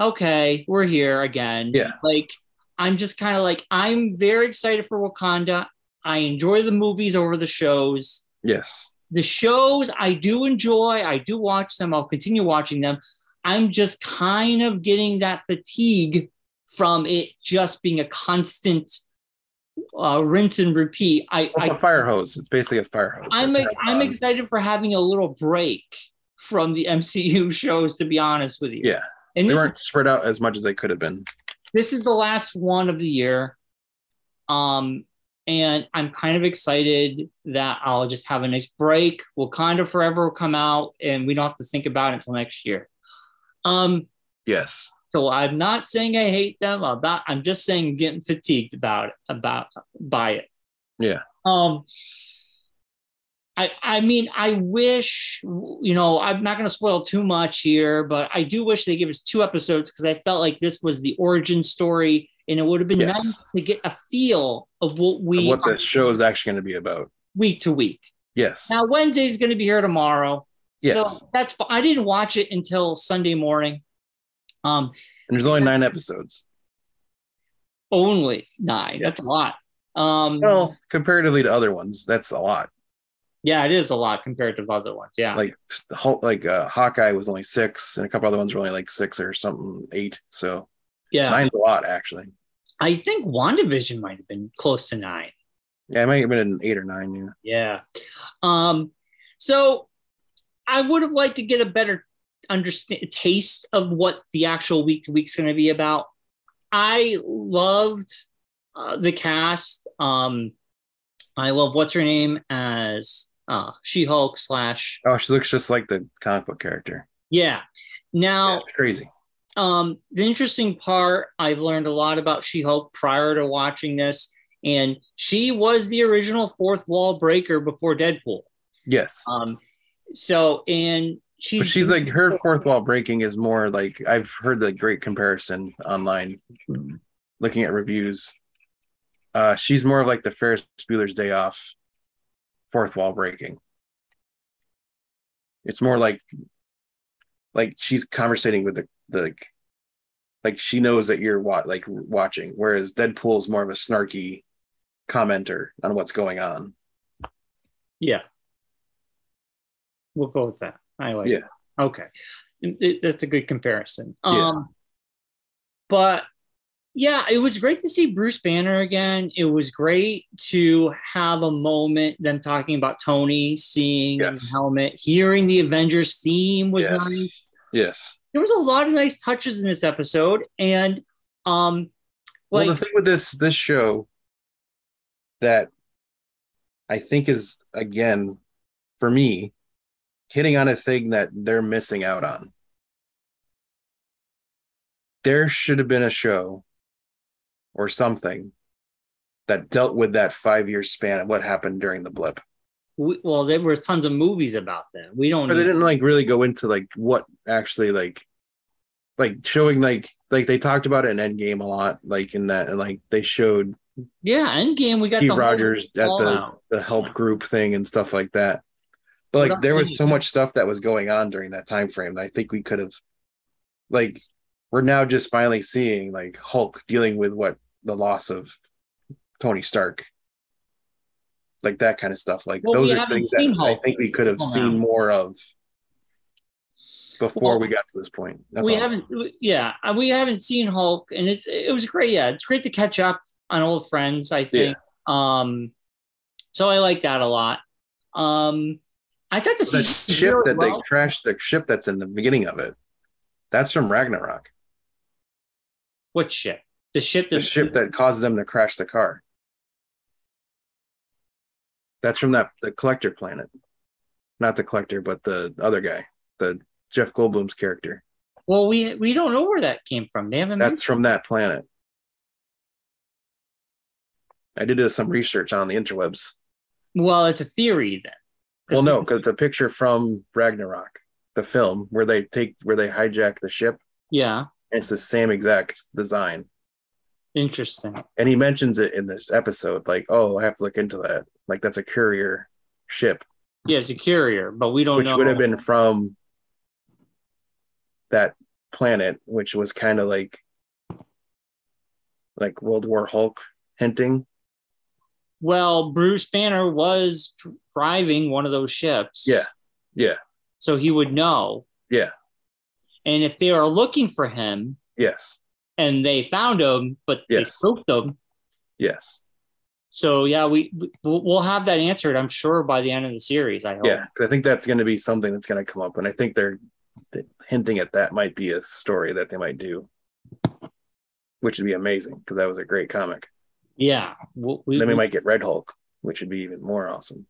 S2: okay, we're here again.
S1: Yeah.
S2: Like I'm just kind of like I'm very excited for Wakanda. I enjoy the movies over the shows
S1: yes.
S2: the shows I do enjoy, I do watch them, I'll continue watching them. I'm just kind of getting that fatigue from it just being a constant uh, rinse and repeat. I,
S1: It's a
S2: I
S1: fire hose. It's basically a um, fire hose.
S2: I'm
S1: That's how
S2: I'm
S1: it's on.
S2: excited for having a little break from the MCU shows, to be honest with you.
S1: Yeah,
S2: and
S1: they
S2: this,
S1: weren't spread out as much as they could have been.
S2: this is the last one of the year. Um, and I'm kind of excited that I'll just have a nice break. Wakanda Forever will come out and we don't have to think about it until next year. Um,
S1: Yes.
S2: so I'm not saying I hate them. I'm not, I'm just saying I'm getting fatigued about it, about by it.
S1: Yeah.
S2: Um I I mean, I wish you know, I'm not gonna spoil too much here, but I do wish they give us two episodes because I felt like this was the origin story and it would have been
S1: Yes.
S2: nice to get a feel of what we
S1: what
S2: are
S1: the show is actually going to be about.
S2: week to week.
S1: Yes.
S2: Now Wednesday's gonna be here tomorrow.
S1: yes.
S2: So that's fi- I didn't watch it until Sunday morning. Um
S1: and there's only nine episodes.
S2: only nine. That's a lot. Um,
S1: Well, comparatively to other ones, that's a lot.
S2: yeah, it is a lot compared to other ones. Yeah.
S1: Like Hulk, like uh, Hawkeye was only six, and a couple other ones were only like six or something, eight. So
S2: yeah.
S1: nine's a lot actually.
S2: I think WandaVision might have been close to nine.
S1: Yeah, it might have been an eight or nine. Yeah.
S2: Yeah. Um, so I would have liked to get a better understand taste of what the actual week to week's going to be about. I loved uh, the cast. Um, I love what's her name as uh, She Hulk slash
S1: Oh, she looks just like the comic book character.
S2: yeah. Now Oh.
S1: Yeah, it's crazy.
S2: um, the interesting part I've learned a lot about She Hulk prior to watching this, and she was the original fourth wall breaker before Deadpool.
S1: Yes.
S2: Um, so and she's
S1: But she's like her fourth wall breaking is more like I've heard the great comparison online, looking at reviews. Uh, she's more of like the Ferris Bueller's Day Off, fourth wall breaking. It's more like, like she's conversating with the the, like, like she knows that you're wa- like watching, whereas Deadpool's more of a snarky commenter on what's going on.
S2: yeah. We'll go with that. I like
S1: Yeah.
S2: that. Okay, It- that's a good comparison. Um,
S1: Yeah.
S2: but yeah, it was great to see Bruce Banner again. It was great to have a moment them talking about Tony, seeing
S1: Yes.
S2: the helmet, hearing the Avengers theme was
S1: yes.
S2: nice.
S1: Yes.
S2: There was a lot of nice touches in this episode, and um,
S1: well,
S2: like
S1: the thing with this this show that I think is again for me hitting on a thing that they're missing out on. There should have been a show or something that dealt with that five year span of what happened during the blip.
S2: we, well, there were tons of movies about that. We don't.
S1: But they didn't like really go into like what actually like like showing like like they talked about it in Endgame a lot, like in that and like they showed
S2: yeah, Endgame. We got
S1: Steve
S2: the whole
S1: Rogers at the,
S2: fallout.
S1: the help group thing and stuff like that. But like
S2: Without
S1: there was
S2: thinking.
S1: so much stuff that was going on during that time frame that I think we could have like we're now just finally seeing like Hulk dealing with what the loss of Tony Stark. Like that kind of stuff. Like
S2: Well,
S1: those
S2: we
S1: are
S2: haven't
S1: things
S2: seen
S1: that I
S2: Hulk
S1: think we could have
S2: until
S1: seen
S2: now.
S1: more of. before
S2: Well,
S1: we got to this point. That's
S2: we
S1: all.
S2: haven't, yeah, uh, we haven't seen Hulk, and it's it was great. Yeah, it's great to catch up on old friends. I think. Um, so I like that a lot. Um, I got to see
S1: the ship that they crashed, the ship that's in the beginning of it, that's from Ragnarok.
S2: What ship? The ship.
S1: The
S2: That,
S1: ship that causes them to crash the car. That's from that the collector planet, not the collector, but the other guy, the Jeff Goldblum's character.
S2: Well, we we don't know where that came from. They haven't.
S1: That's from that planet. I did uh, some research on the interwebs.
S2: well, it's a theory then.
S1: Well, no, because it's a picture from Ragnarok, the film where they take where they hijack the ship.
S2: Yeah.
S1: And it's the same exact design.
S2: Interesting.
S1: and he mentions it in this episode like oh i have to look into that like that's a courier ship
S2: Yeah, it's a courier, but we don't
S1: which
S2: know.
S1: would have been from that planet which was kind of like like world war hulk hinting
S2: Well, Bruce Banner was driving one of those ships.
S1: Yeah. yeah
S2: So he would know.
S1: Yeah.
S2: And if they are looking for him
S1: yes
S2: and they found him, but they
S1: Yes.
S2: spooked him.
S1: yes
S2: So yeah, we we- we'll have that answered, I'm sure, by the end of the series. I hope.
S1: yeah 'Cause i think that's going to be something that's going to come up and i think they're hinting at that might be a story that they might do which would be amazing because that was a great comic
S2: Yeah. We, we,
S1: then we might get red hulk which would be even more awesome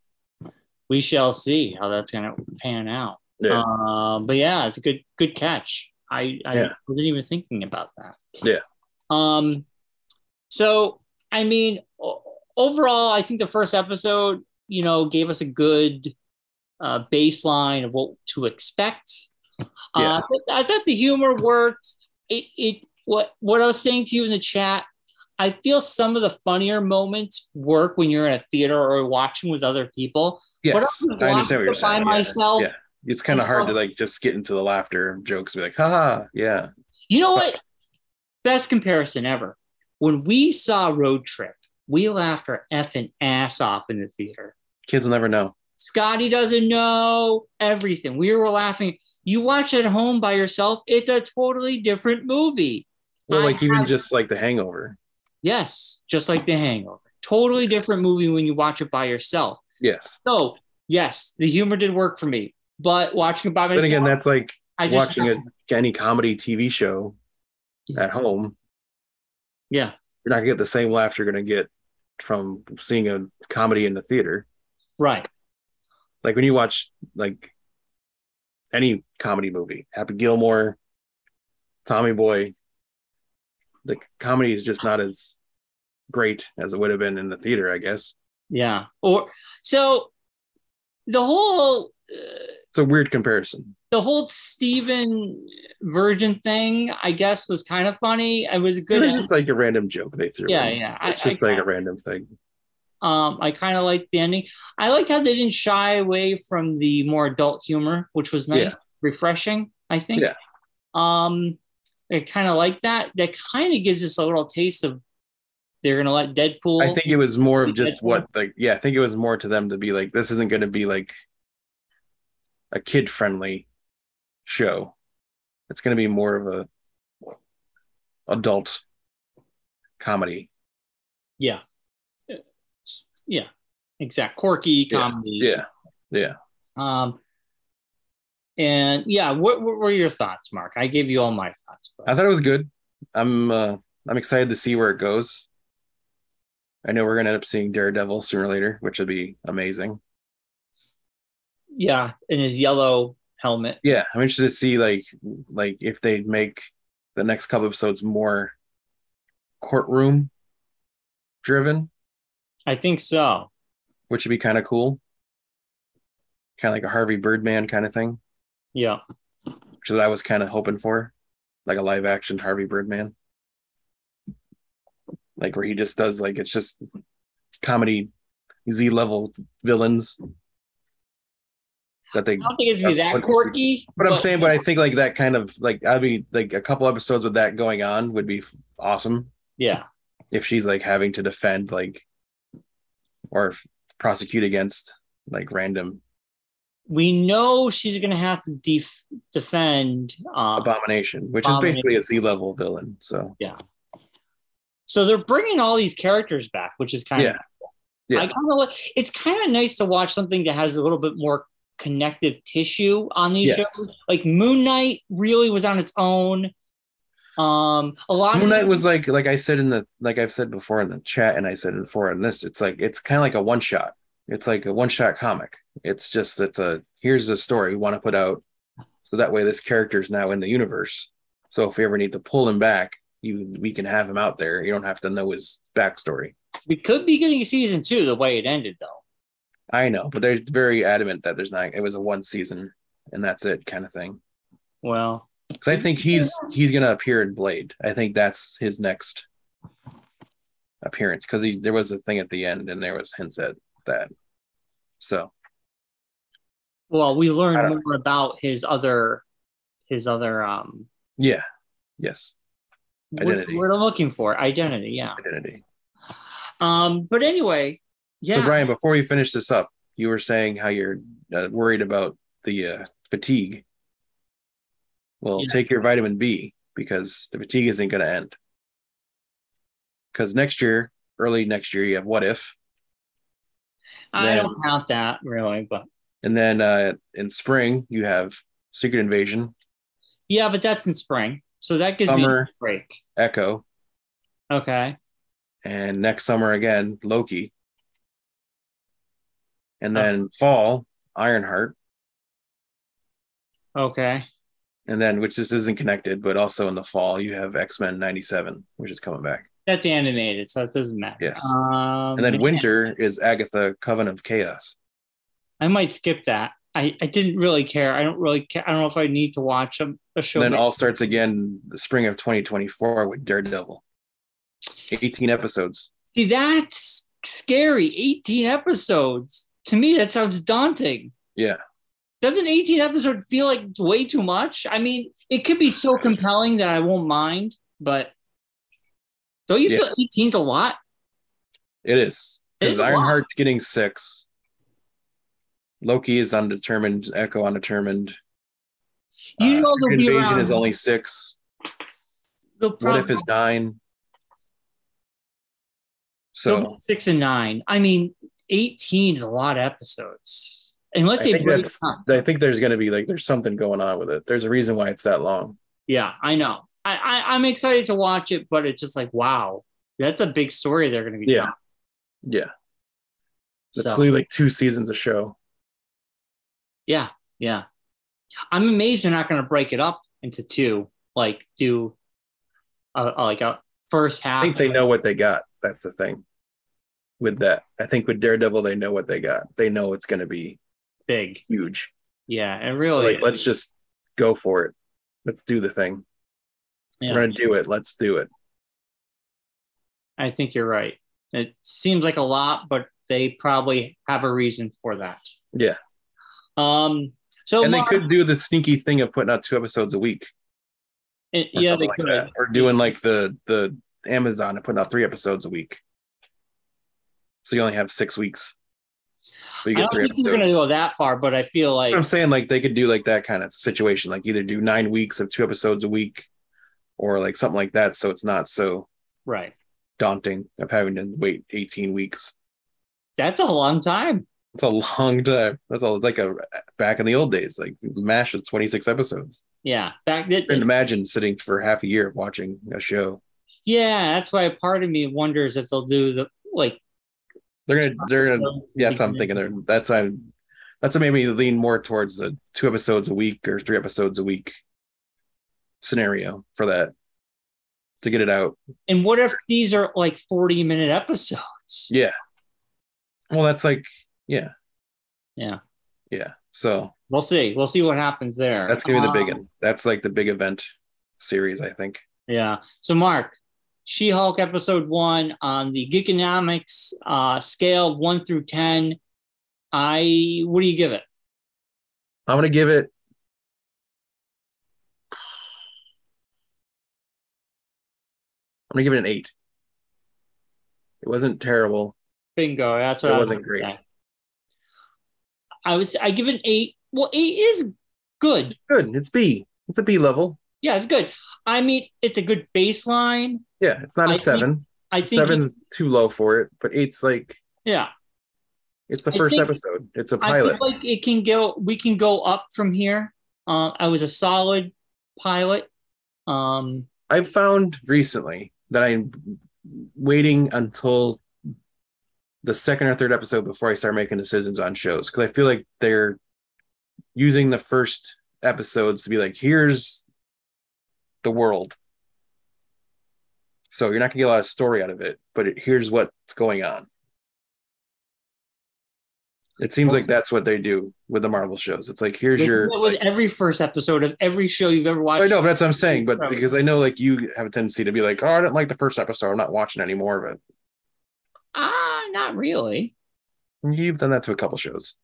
S2: we shall see how that's gonna pan out.
S1: Yeah.
S2: Uh, but yeah, it's a good good catch. I, I
S1: Yeah.
S2: wasn't even thinking about that.
S1: Yeah.
S2: Um. So I mean, o- overall, I think the first episode, you know, gave us a good uh, baseline of what to expect.
S1: Yeah.
S2: Uh, I thought- I thought the humor worked. It, it what what I was saying to you in the chat. I feel some of the funnier moments work when you're in a theater or watching with other people. What
S1: Yes,
S2: if we
S1: I understand what you're
S2: watched it by
S1: saying. yeah.
S2: myself?
S1: Yeah. It's kind of hard to like just get into the laughter of jokes, and be like, haha, yeah,
S2: You know what? Best comparison ever. When we saw Road Trip, we laughed our effing ass off in the theater.
S1: kids will never know.
S2: Scotty doesn't know everything. We were laughing. You watch it at home by yourself, it's a totally different movie.
S1: Well,
S2: I
S1: like even
S2: have-
S1: just like The Hangover.
S2: Yes, just like The Hangover. Totally different movie when you watch it by yourself.
S1: Yes.
S2: So, yes, the humor did work for me, but watching it by
S1: Then
S2: myself,
S1: again, that's like
S2: I just
S1: watching a, any comedy TV show
S2: Yeah.
S1: at home.
S2: Yeah.
S1: You're not gonna get the same laugh you're gonna get from seeing a comedy in the theater.
S2: right.
S1: Like when you watch like any comedy movie, Happy Gilmore, Tommy Boy, the comedy is just not as great as it would have been in the theater, I guess.
S2: Yeah. Or so the whole uh,
S1: It's a weird comparison.
S2: the whole Steven virgin thing, I guess, was kind of funny. It was a
S1: It
S2: good.
S1: was just like a random joke they threw.
S2: yeah,
S1: in.
S2: yeah. I,
S1: It's just
S2: I,
S1: like a random thing.
S2: um, I kind of liked the ending. I liked how they didn't shy away from the more adult humor, which was nice, refreshing. I think.
S1: Yeah.
S2: Um, I kind of like that. That kind of gives us a little taste of they're gonna let Deadpool.
S1: I think it was more of
S2: Like
S1: just
S2: that
S1: what like yeah, I think it was more to them to be like this isn't going to be like a kid friendly show. It's going to be more of a adult comedy.
S2: Yeah. Yeah. Exact quirky comedy.
S1: Yeah. Yeah.
S2: Um, and yeah, what, what were your thoughts, Mark? I gave you all my thoughts. But
S1: I thought it was good. I'm uh I'm excited to see where it goes. I know we're going to end up seeing Daredevil sooner or later, which would be amazing.
S2: yeah, in his yellow helmet.
S1: yeah i'm interested to see like like if they make the next couple episodes more courtroom driven
S2: I think so.
S1: which would be kind of cool kind of like a harvey birdman kind of thing
S2: Yeah.
S1: which is what i was kind of hoping for like a live action harvey birdman like where he just does like it's just comedy z level villains that they
S2: I don't think it's gonna be
S1: That's
S2: that
S1: what-
S2: quirky.
S1: But I'm saying, but I think like that kind of like I'd be like a couple episodes with that going on would be f- awesome
S2: yeah,
S1: if she's like having to defend like or f- prosecute against like random
S2: we know she's going to have to def- defend um,
S1: Abomination, which is
S2: Abomination.
S1: basically a Z level villain. So
S2: So they're bringing all these characters back, which is kind
S1: Yeah.
S2: of
S1: Yeah.
S2: I kind of it's kind of nice to watch something that has a little bit more connective tissue on these
S1: Yes.
S2: shows. Like Moon Knight really was on its own. Um, a lot
S1: Moon
S2: of
S1: Knight was like like I said in the like I've said before in the chat, and I said before in this. It's like it's kind of like a one shot. It's like a one shot comic. It's just it's a here's the story we want to put out, so that way this character's now in the universe. So if we ever need to pull him back, you we can have him out there. You don't have to know his backstory.
S2: we could be getting a season two the way it ended though.
S1: I know, but they're very adamant that there's not. It was a one season, and that's it, kind of thing.
S2: Well,
S1: Because I think he's he's gonna appear in Blade. I think that's his next appearance. Because he there was a thing at the end, and there was hints at that. So
S2: well, we
S1: I
S2: learned
S1: don't-
S2: more about his other his other um
S1: yeah, yes,
S2: what's the
S1: Identity.
S2: word I'm looking for? Identity, yeah.
S1: identity.
S2: Um, but anyway, yeah.
S1: So Brian, before we finish this up, you were saying how you're uh, worried about the uh, fatigue. Well,
S2: Yeah.
S1: take your vitamin B because the fatigue isn't going to end. Because next year, early next year, you have What If,
S2: I
S1: then-
S2: don't count that really, but
S1: and then uh, in spring you have Secret Invasion,
S2: Yeah, but that's in spring. So that gives me
S1: Summer.
S2: a break.
S1: Echo,
S2: Okay.
S1: and next summer again Loki, and then fall Ironheart,
S2: Okay.
S1: and then which this isn't connected, but also in the fall you have X Men '97, which is coming back,
S2: That's animated, so it doesn't matter.
S1: Yes.
S2: Um,
S1: and then
S2: man,
S1: winter is Agatha Coven of Chaos.
S2: I might skip that. I, I didn't really care. I don't really care. I don't know if I need to watch a, a show.
S1: And then
S2: that-
S1: all starts again the spring of 2024 with Daredevil, 18 episodes.
S2: See, that's scary. 18 episodes. To me, that sounds daunting.
S1: Yeah.
S2: Doesn't 18 episode feel like way too much? I mean, it could be so compelling that I won't mind, but don't you
S1: Yeah.
S2: feel 18's a lot?
S1: It is.
S2: It
S1: Because
S2: is a lot.
S1: Ironheart's getting six. Loki is undetermined. Echo undetermined.
S2: You know
S1: Secret
S2: they'll be
S1: Uh, Invasion is
S2: around.
S1: only six.
S2: The
S1: What if
S2: problem-
S1: is nine?
S2: So
S1: So
S2: six and nine. I mean, 18 is a lot of episodes. Unless
S1: I
S2: they
S1: think,
S2: break
S1: that's,
S2: up.
S1: I think there's going to be like there's something going on with it. There's a reason why it's that long.
S2: Yeah, I know. I, I I'm excited to watch it, but it's just like wow, that's a big story they're gonna be
S1: Yeah,
S2: telling.
S1: Yeah, it's
S2: So,
S1: literally like two seasons of show.
S2: yeah, yeah. I'm amazed they're not gonna break it up into two, like do a, a- like a first half.
S1: I think they know what they got. That's the thing. With that, I think with Daredevil, they know what they got. They know it's going to be
S2: big.
S1: huge.
S2: Oh, Yeah, and really
S1: Like, let's just go for it. Let's do the thing.
S2: yeah,
S1: We're going to do it. Let's do it.
S2: I think you're right. It seems like a lot, but they probably have a reason for that.
S1: Yeah.
S2: Um so
S1: and they
S2: Mark-
S1: could do the sneaky thing of putting out two episodes a week.
S2: It-
S1: or
S2: eh, yeah,
S1: something
S2: they
S1: like
S2: could.
S1: that. Or doing like the the Amazon and putting out three episodes a week. So you only have six weeks. So you
S2: I
S1: get
S2: don't
S1: three
S2: think
S1: episodes.
S2: he's going to go that far, but I feel like
S1: I'm saying like they could do like that kind of situation, like either do nine weeks of two episodes a week or like something like that. So it's not so
S2: right.
S1: daunting of having to wait 18 weeks.
S2: That's a long time.
S1: It's a long time. That's all like a back in the old days, like MASH is 26 episodes.
S2: Yeah, back then.
S1: And imagine sitting for half a year watching a show.
S2: Yeah, that's why part of me wonders if they'll do the like.
S1: They're gonna they're gonna
S2: episodes in
S1: yeah,
S2: the
S1: that's what I'm thinking.
S2: beginning.
S1: There, that's I'm. That's what made me lean more towards the two episodes a week or three episodes a week scenario for that to get it out.
S2: And what if these are like forty-minute episodes?
S1: Yeah. Well, that's like, yeah,
S2: Yeah.
S1: yeah. So
S2: We'll see. We'll see what happens there.
S1: that's gonna be the big
S2: Um,
S1: one. That's like the big event series, I think.
S2: Yeah. So, Mark, She Hulk episode one on the Geekonomics uh, scale of one through ten. I what do you give it?
S1: I'm gonna give it. I'm gonna give it an eight. It wasn't terrible.
S2: Bingo. That's
S1: It
S2: what I
S1: wasn't great.
S2: thinking. I was I give it an eight. Well, eight is good.
S1: Good. It's B. It's a B level.
S2: Yeah, it's good. I mean, it's a good baseline.
S1: Yeah, it's not a
S2: I think-
S1: seven.
S2: I think
S1: Seven's too low for it, but eight's like
S2: yeah.
S1: it's the
S2: I
S1: first
S2: think-
S1: episode. It's a
S2: I feel
S1: pilot.
S2: like it can go. We can go up from here. Uh, I was a solid pilot. Um,
S1: I've found recently that I'm waiting until the second or third episode before I start making decisions on shows because I feel like they're using the first episodes to be like, here's the world. So you're not gonna get a lot of story out of it, but it, here's what's going on. It seems like that's what they do with the Marvel shows. It's like here's
S2: they do
S1: your
S2: that with every first episode of every show you've ever watched.
S1: I know, but that's what I'm saying. But
S2: Probably.
S1: because I know, like, you have a tendency to be like, "Oh, I don't like the first episode. I'm not watching any more of it."
S2: Ah, not really.
S1: And You've done that to a couple shows.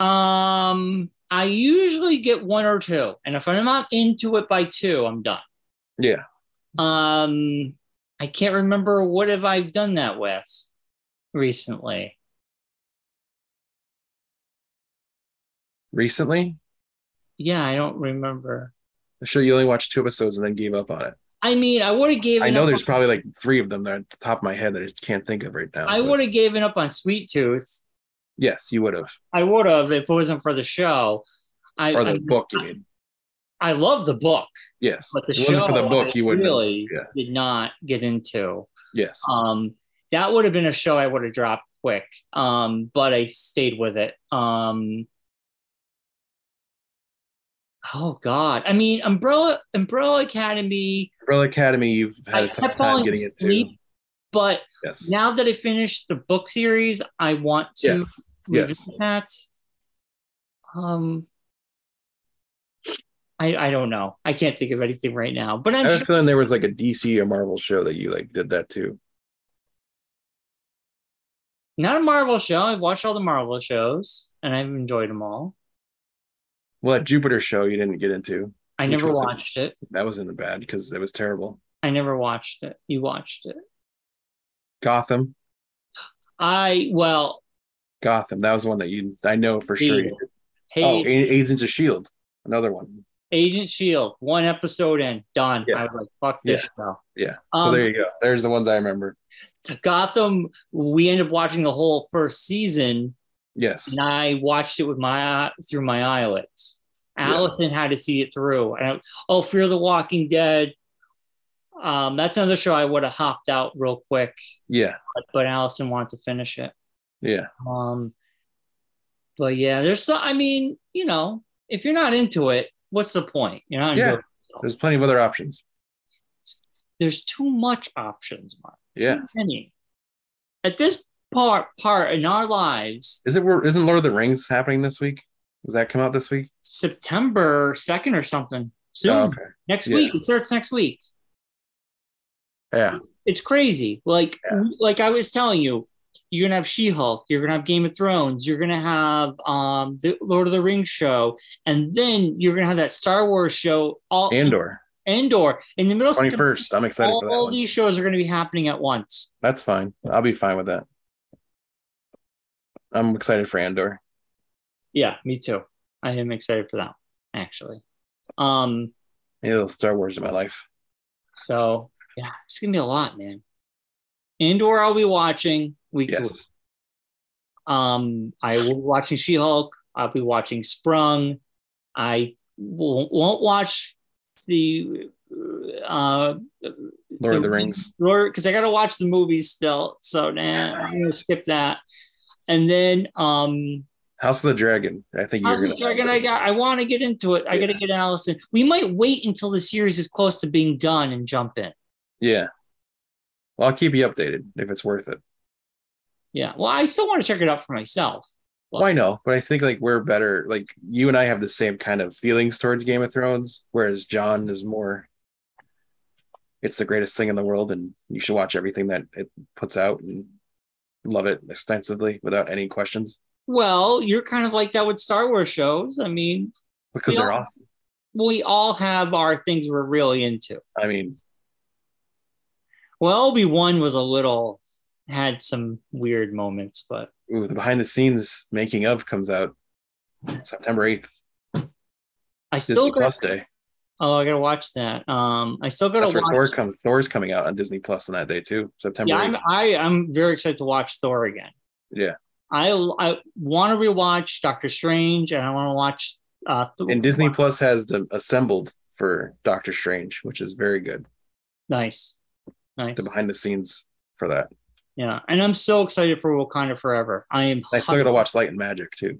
S2: Um, I usually get one or two, and if I'm not into it by two, I'm done.
S1: Yeah,
S2: Um, I can't remember what have I done that with recently.
S1: recently,
S2: Yeah, I don't remember.
S1: the show you only watched two episodes and then gave up on it.
S2: I mean, I would have given.
S1: I know
S2: up
S1: there's
S2: on-
S1: probably like three of them that are at the top of my head that I just can't think of right now.
S2: I
S1: but
S2: would have given up on Sweet Tooth.
S1: Yes, you would have,
S2: I would have if it wasn't for the show. I
S1: or the
S2: I,
S1: book. You mean?
S2: I love the book,
S1: Yes.
S2: but the
S1: If it
S2: show
S1: wasn't for the book,
S2: I
S1: you wouldn't. have-
S2: really
S1: Yeah.
S2: did not get into.
S1: Yes.
S2: Um, that would have been a show I would have dropped quick. Um, but I stayed with it. Um, oh God, I mean, Umbrella Umbrella Academy.
S1: Umbrella Academy, you've had
S2: I
S1: a tough
S2: kept
S1: time
S2: falling
S1: getting into.
S2: asleep, but
S1: Yes.
S2: now that I finished the book series, I want to
S1: Yes. Yes.
S2: revisit that. Um, I I don't know. I can't think of anything right now, but I'm
S1: I was
S2: sure.
S1: feeling there was like a DC or Marvel show that you like did that too.
S2: Not a Marvel show. I've watched all the Marvel shows and I've enjoyed them all.
S1: Well, that Jupiter show you didn't get into.
S2: I
S1: Which
S2: never
S1: was it?
S2: watched it.
S1: That was in the bad because it was terrible.
S2: I never watched it. You watched it.
S1: Gotham.
S2: I well,
S1: Gotham. That was the one that you I know for sure. You did. Oh,
S2: hey,
S1: A- Agents of Shield, another one.
S2: Agent Shield, E one episode in, done.
S1: Yeah.
S2: I was like, fuck this show.
S1: Yeah. so
S2: Um,
S1: there you go. There's the ones I remember.
S2: Gotham, we ended up watching the whole first season,
S1: Yes.
S2: and I watched it with my eye- through my eyelids.
S1: Yes.
S2: Allison had to see it through. And I, oh, Fear the Walking Dead. Um, that's another show I would have hopped out real quick,
S1: Yeah.
S2: but, but Allison wanted to finish it.
S1: Yeah.
S2: Um, but yeah, there's so I mean, you know, if you're not into it, what's the point? You're not
S1: Yeah.
S2: into it.
S1: There's plenty of other options.
S2: There's too much options, Mark. Too
S1: Yeah.
S2: many. At this part part in our lives,
S1: Is it where isn't Lord of the Rings happening this week? Does that come out this week?
S2: September second or something. Soon.
S1: Oh, okay.
S2: Next
S1: yeah.
S2: week. It starts next week.
S1: Yeah.
S2: It's crazy. Like
S1: Yeah.
S2: like I was telling you, you're gonna have She-Hulk, you're gonna have Game of Thrones, you're gonna have um the Lord of the Rings show, and then you're gonna have that Star Wars show all
S1: Andor.
S2: Endor in the middle of
S1: Twenty
S2: September.
S1: first. I'm excited
S2: All,
S1: for that one.
S2: these shows are going to be happening at once.
S1: That's fine. I'll be fine with that. I'm excited for Andor.
S2: Yeah, me too. I am excited for that actually. Um,
S1: Any little Star Wars in my life.
S2: so yeah, it's gonna be a lot, man. Andor, I'll be watching week to week.
S1: Yes.
S2: Um, I will be watching She Hulk. I'll be watching Sprung. I won't, won't watch the uh,
S1: Lord of the Rings.
S2: Lord, because I gotta watch the movies still. So nah, I'm gonna skip that. And then um,
S1: House of the Dragon. I think
S2: House
S1: you're
S2: of
S1: gonna
S2: the Dragon, I got. I want to get into it. I got to get Allison. We might wait until the series is close to being done and jump in.
S1: Yeah. Well, I'll keep you updated if it's worth it.
S2: Yeah. Well, I still want to check it out for myself.
S1: Well, I know, but I think like we're better. Like you and I have the same kind of feelings towards Game of Thrones, whereas John is more. It's the greatest thing in the world, and you should watch everything that it puts out and love it extensively without any questions
S2: Well, you're kind of like that with Star Wars shows. I mean,
S1: because
S2: Yeah.
S1: they're awesome.
S2: we all have our things we're really into.
S1: I mean,
S2: Well, Obi Wan was a little had some weird moments, but
S1: Ooh, the behind the scenes making of comes out September 8th.
S2: I
S1: Disney
S2: still got,
S1: Plus Day.
S2: oh I gotta watch that. Um, I still gotta
S1: That's when Thor
S2: watch.
S1: comes. Thor's coming out on Disney Plus on that day too. September
S2: Yeah,
S1: 8th.
S2: I'm I, I'm very excited to watch Thor again.
S1: Yeah.
S2: I I want to rewatch Doctor Strange and I want to watch uh Thor.
S1: and Disney Plus has the assembled for Doctor Strange, which is very good.
S2: Nice, nice.
S1: The behind the scenes for that.
S2: Yeah, and I'm so excited for Wakanda Forever. I am.
S1: I still gotta watch Light and Magic too.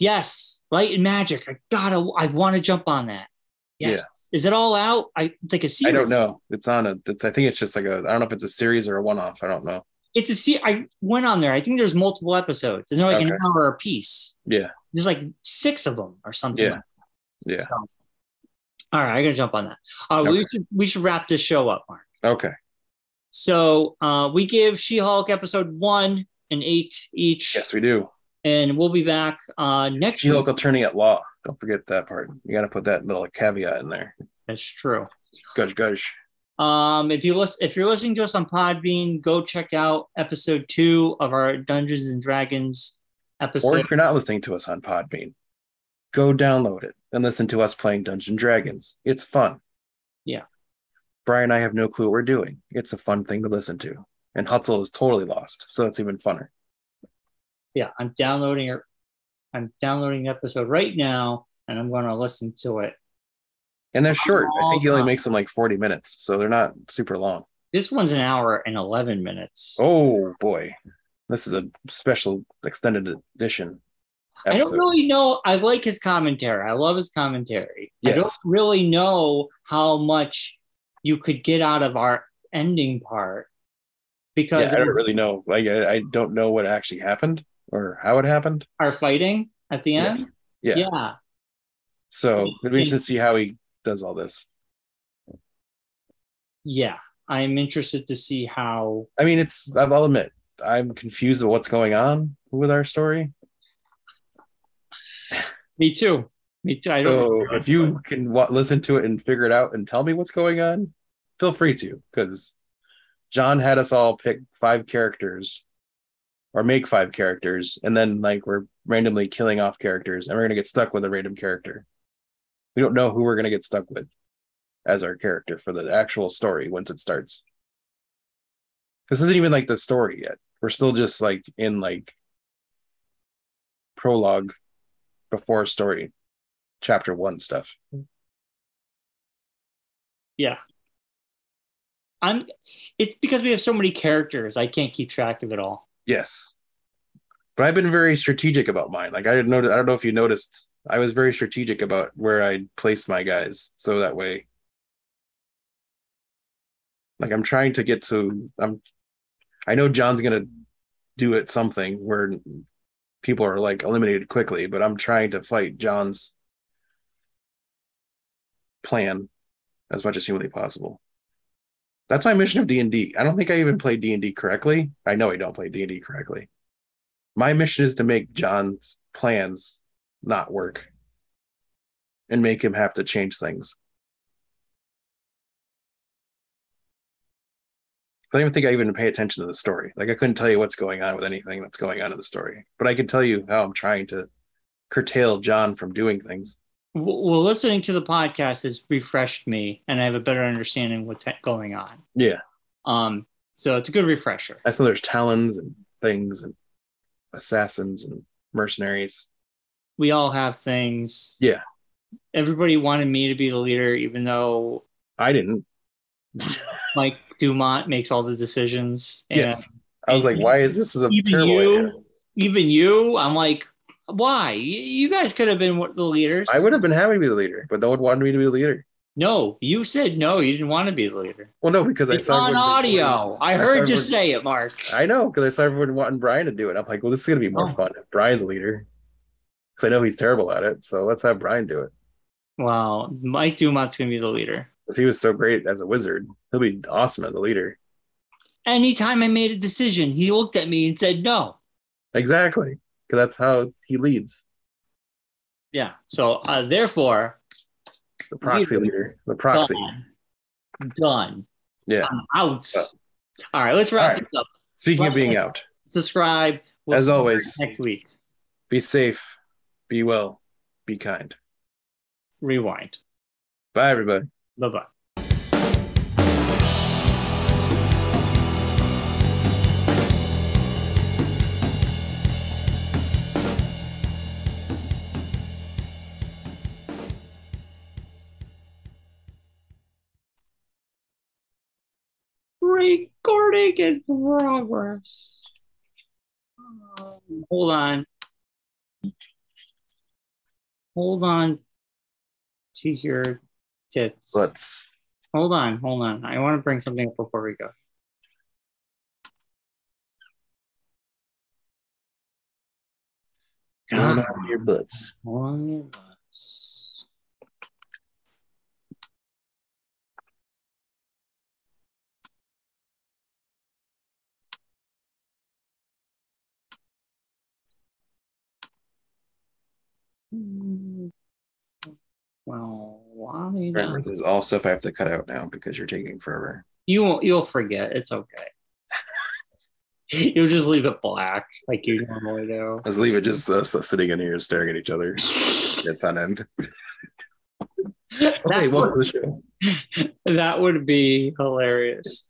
S2: Yes, Light and Magic. I gotta. I want to jump on that.
S1: Yeah.
S2: Yes. Is it all out? I it's like a
S1: I
S2: series.
S1: don't know. It's on a. It's, I think it's just like a. I don't know if it's a series or a one off. I don't know.
S2: It's a se- I went on there. I think there's multiple episodes, and they're like an
S1: Okay.
S2: hour a piece.
S1: Yeah.
S2: There's like six of them or something.
S1: Yeah.
S2: like that.
S1: Yeah.
S2: So, all right, I gotta jump on that. Uh, we
S1: Okay.
S2: should we should wrap this show up, Mark.
S1: Okay.
S2: So uh, we give She-Hulk episode one and eight each.
S1: Yes, we do.
S2: And we'll be back uh, next
S1: She
S2: week.
S1: local attorney at law. Don't forget that part. You gotta put that little caveat in there.
S2: That's true.
S1: Gush gush.
S2: Um, if you listen, if you're listening to us on Podbean, go check out episode two of our Dungeons and Dragons
S1: Or
S2: episode.
S1: if you're not listening to us on Podbean, go download it and listen to us playing Dungeon Dragons. It's fun.
S2: Yeah.
S1: Brian and I have no clue what we're doing. It's a fun thing to listen to. And Hutzel is totally lost, so it's even funner.
S2: yeah, I'm downloading it. I'm downloading the episode right now, and I'm going to listen to it.
S1: And they're short. I think he only
S2: Oh,
S1: makes them like 40 minutes, so they're not super long.
S2: This one's an hour and eleven minutes.
S1: Oh boy. This is a special extended edition.
S2: I
S1: Episode.
S2: don't really know. I like his commentary. I love his commentary. I don't
S1: Yes.
S2: really know how much you could get out of our ending part
S1: Yeah,
S2: because
S1: I don't really know. Like I, I don't know what actually happened or how it happened.
S2: our fighting at the
S1: Yeah.
S2: end.
S1: Yeah.
S2: yeah.
S1: So we should see how he does all this.
S2: yeah i'm interested to see how
S1: I mean, it's. I'll admit, I'm confused with what's going on with our story.
S2: me too me too i don't
S1: So
S2: know.
S1: if you can wa listen to it and figure it out and tell me what's going on, feel free to, because John had us all pick five characters or make five characters, and then like we're randomly killing off characters, and we're gonna get stuck with a random character. We don't know who we're gonna get stuck with as our character for the actual story once it starts. This isn't even like the story yet. We're still just like in like prologue before story chapter one stuff.
S2: i'm it's because we have so many characters i can't keep track of it all
S1: Yes. But I've been very strategic about mine. Like I didn't notice, I don't know if you noticed, I was very strategic about where I placed my guys. So that way, like I'm trying to get to, I'm, I know John's going to do it something where people are like eliminated quickly, but I'm trying to fight John's plan as much as humanly possible. That's my mission of D and I don't think I even play D and D correctly. I know I don't play D and D correctly. My mission is to make John's plans not work, and make him have to change things. I don't even think I even pay attention to the story. Like I couldn't tell you what's going on with anything that's going on in the story, but I can tell you how I'm trying to curtail John from doing things.
S2: W- well listening to the podcast has refreshed me and i have a better understanding what's ha- going on
S1: Yeah,
S2: um so it's a good refresher
S1: I saw there's talons and things and assassins and mercenaries.
S2: we all have things
S1: Yeah.
S2: everybody wanted me to be the leader even though
S1: I didn't.
S2: mike dumont makes all the decisions and
S1: Yes. I was like,
S2: Even-
S1: why is this is a
S2: even
S1: terrible
S2: you?
S1: idea?
S2: even you i'm like why Y- you guys could have been one- the leaders
S1: I would have been happy to be the leader, but no one wanted me to be the leader.
S2: No, you said no. You didn't want to be the leader.
S1: Well, no, because I
S2: It's
S1: saw
S2: on
S1: everyone-
S2: audio. I
S1: I
S2: heard
S1: saw
S2: you
S1: everyone-
S2: say it, Mark.
S1: I know because I saw everyone wanting Brian to do it. I'm like, well, this is gonna be more
S2: Oh.
S1: fun if Brian's the leader, because I know he's terrible at it. So let's have Brian do it
S2: Wow, Mike Dumont's gonna be the leader.
S1: 'Cause he was so great as a wizard. He'll be awesome as a leader.
S2: Anytime I made a decision, he looked at me and said no.
S1: Exactly, because that's how he leads.
S2: Yeah. So uh, therefore,
S1: The proxy
S2: Leader.
S1: leader, the proxy.
S2: done. Done.
S1: Yeah.
S2: I'm out.
S1: Uh,
S2: All right, let's wrap
S1: all right.
S2: this up.
S1: Speaking of being
S2: Yes.
S1: out,
S2: Subscribe.
S1: As
S2: see you
S1: always.
S2: next week.
S1: be safe, be well, be kind.
S2: Rewind.
S1: Bye, everybody.
S2: Bye bye. Recording in progress. Um, hold on. Hold on to your tits.
S1: Let's.
S2: Hold on, hold on. I want to bring something up before we go.
S1: Going
S2: God.
S1: on your butts.
S2: Hold on your butts. Mm. Well, why not?
S1: Remember, this is all stuff I have to cut out now because you're taking forever.
S2: You won't. You'll forget. It's okay. you'll just leave it black like you normally do.
S1: Let's leave it just us sitting in here staring at each other. It's on end.
S2: That
S1: Okay,
S2: would,
S1: welcome to the show.
S2: that would be hilarious.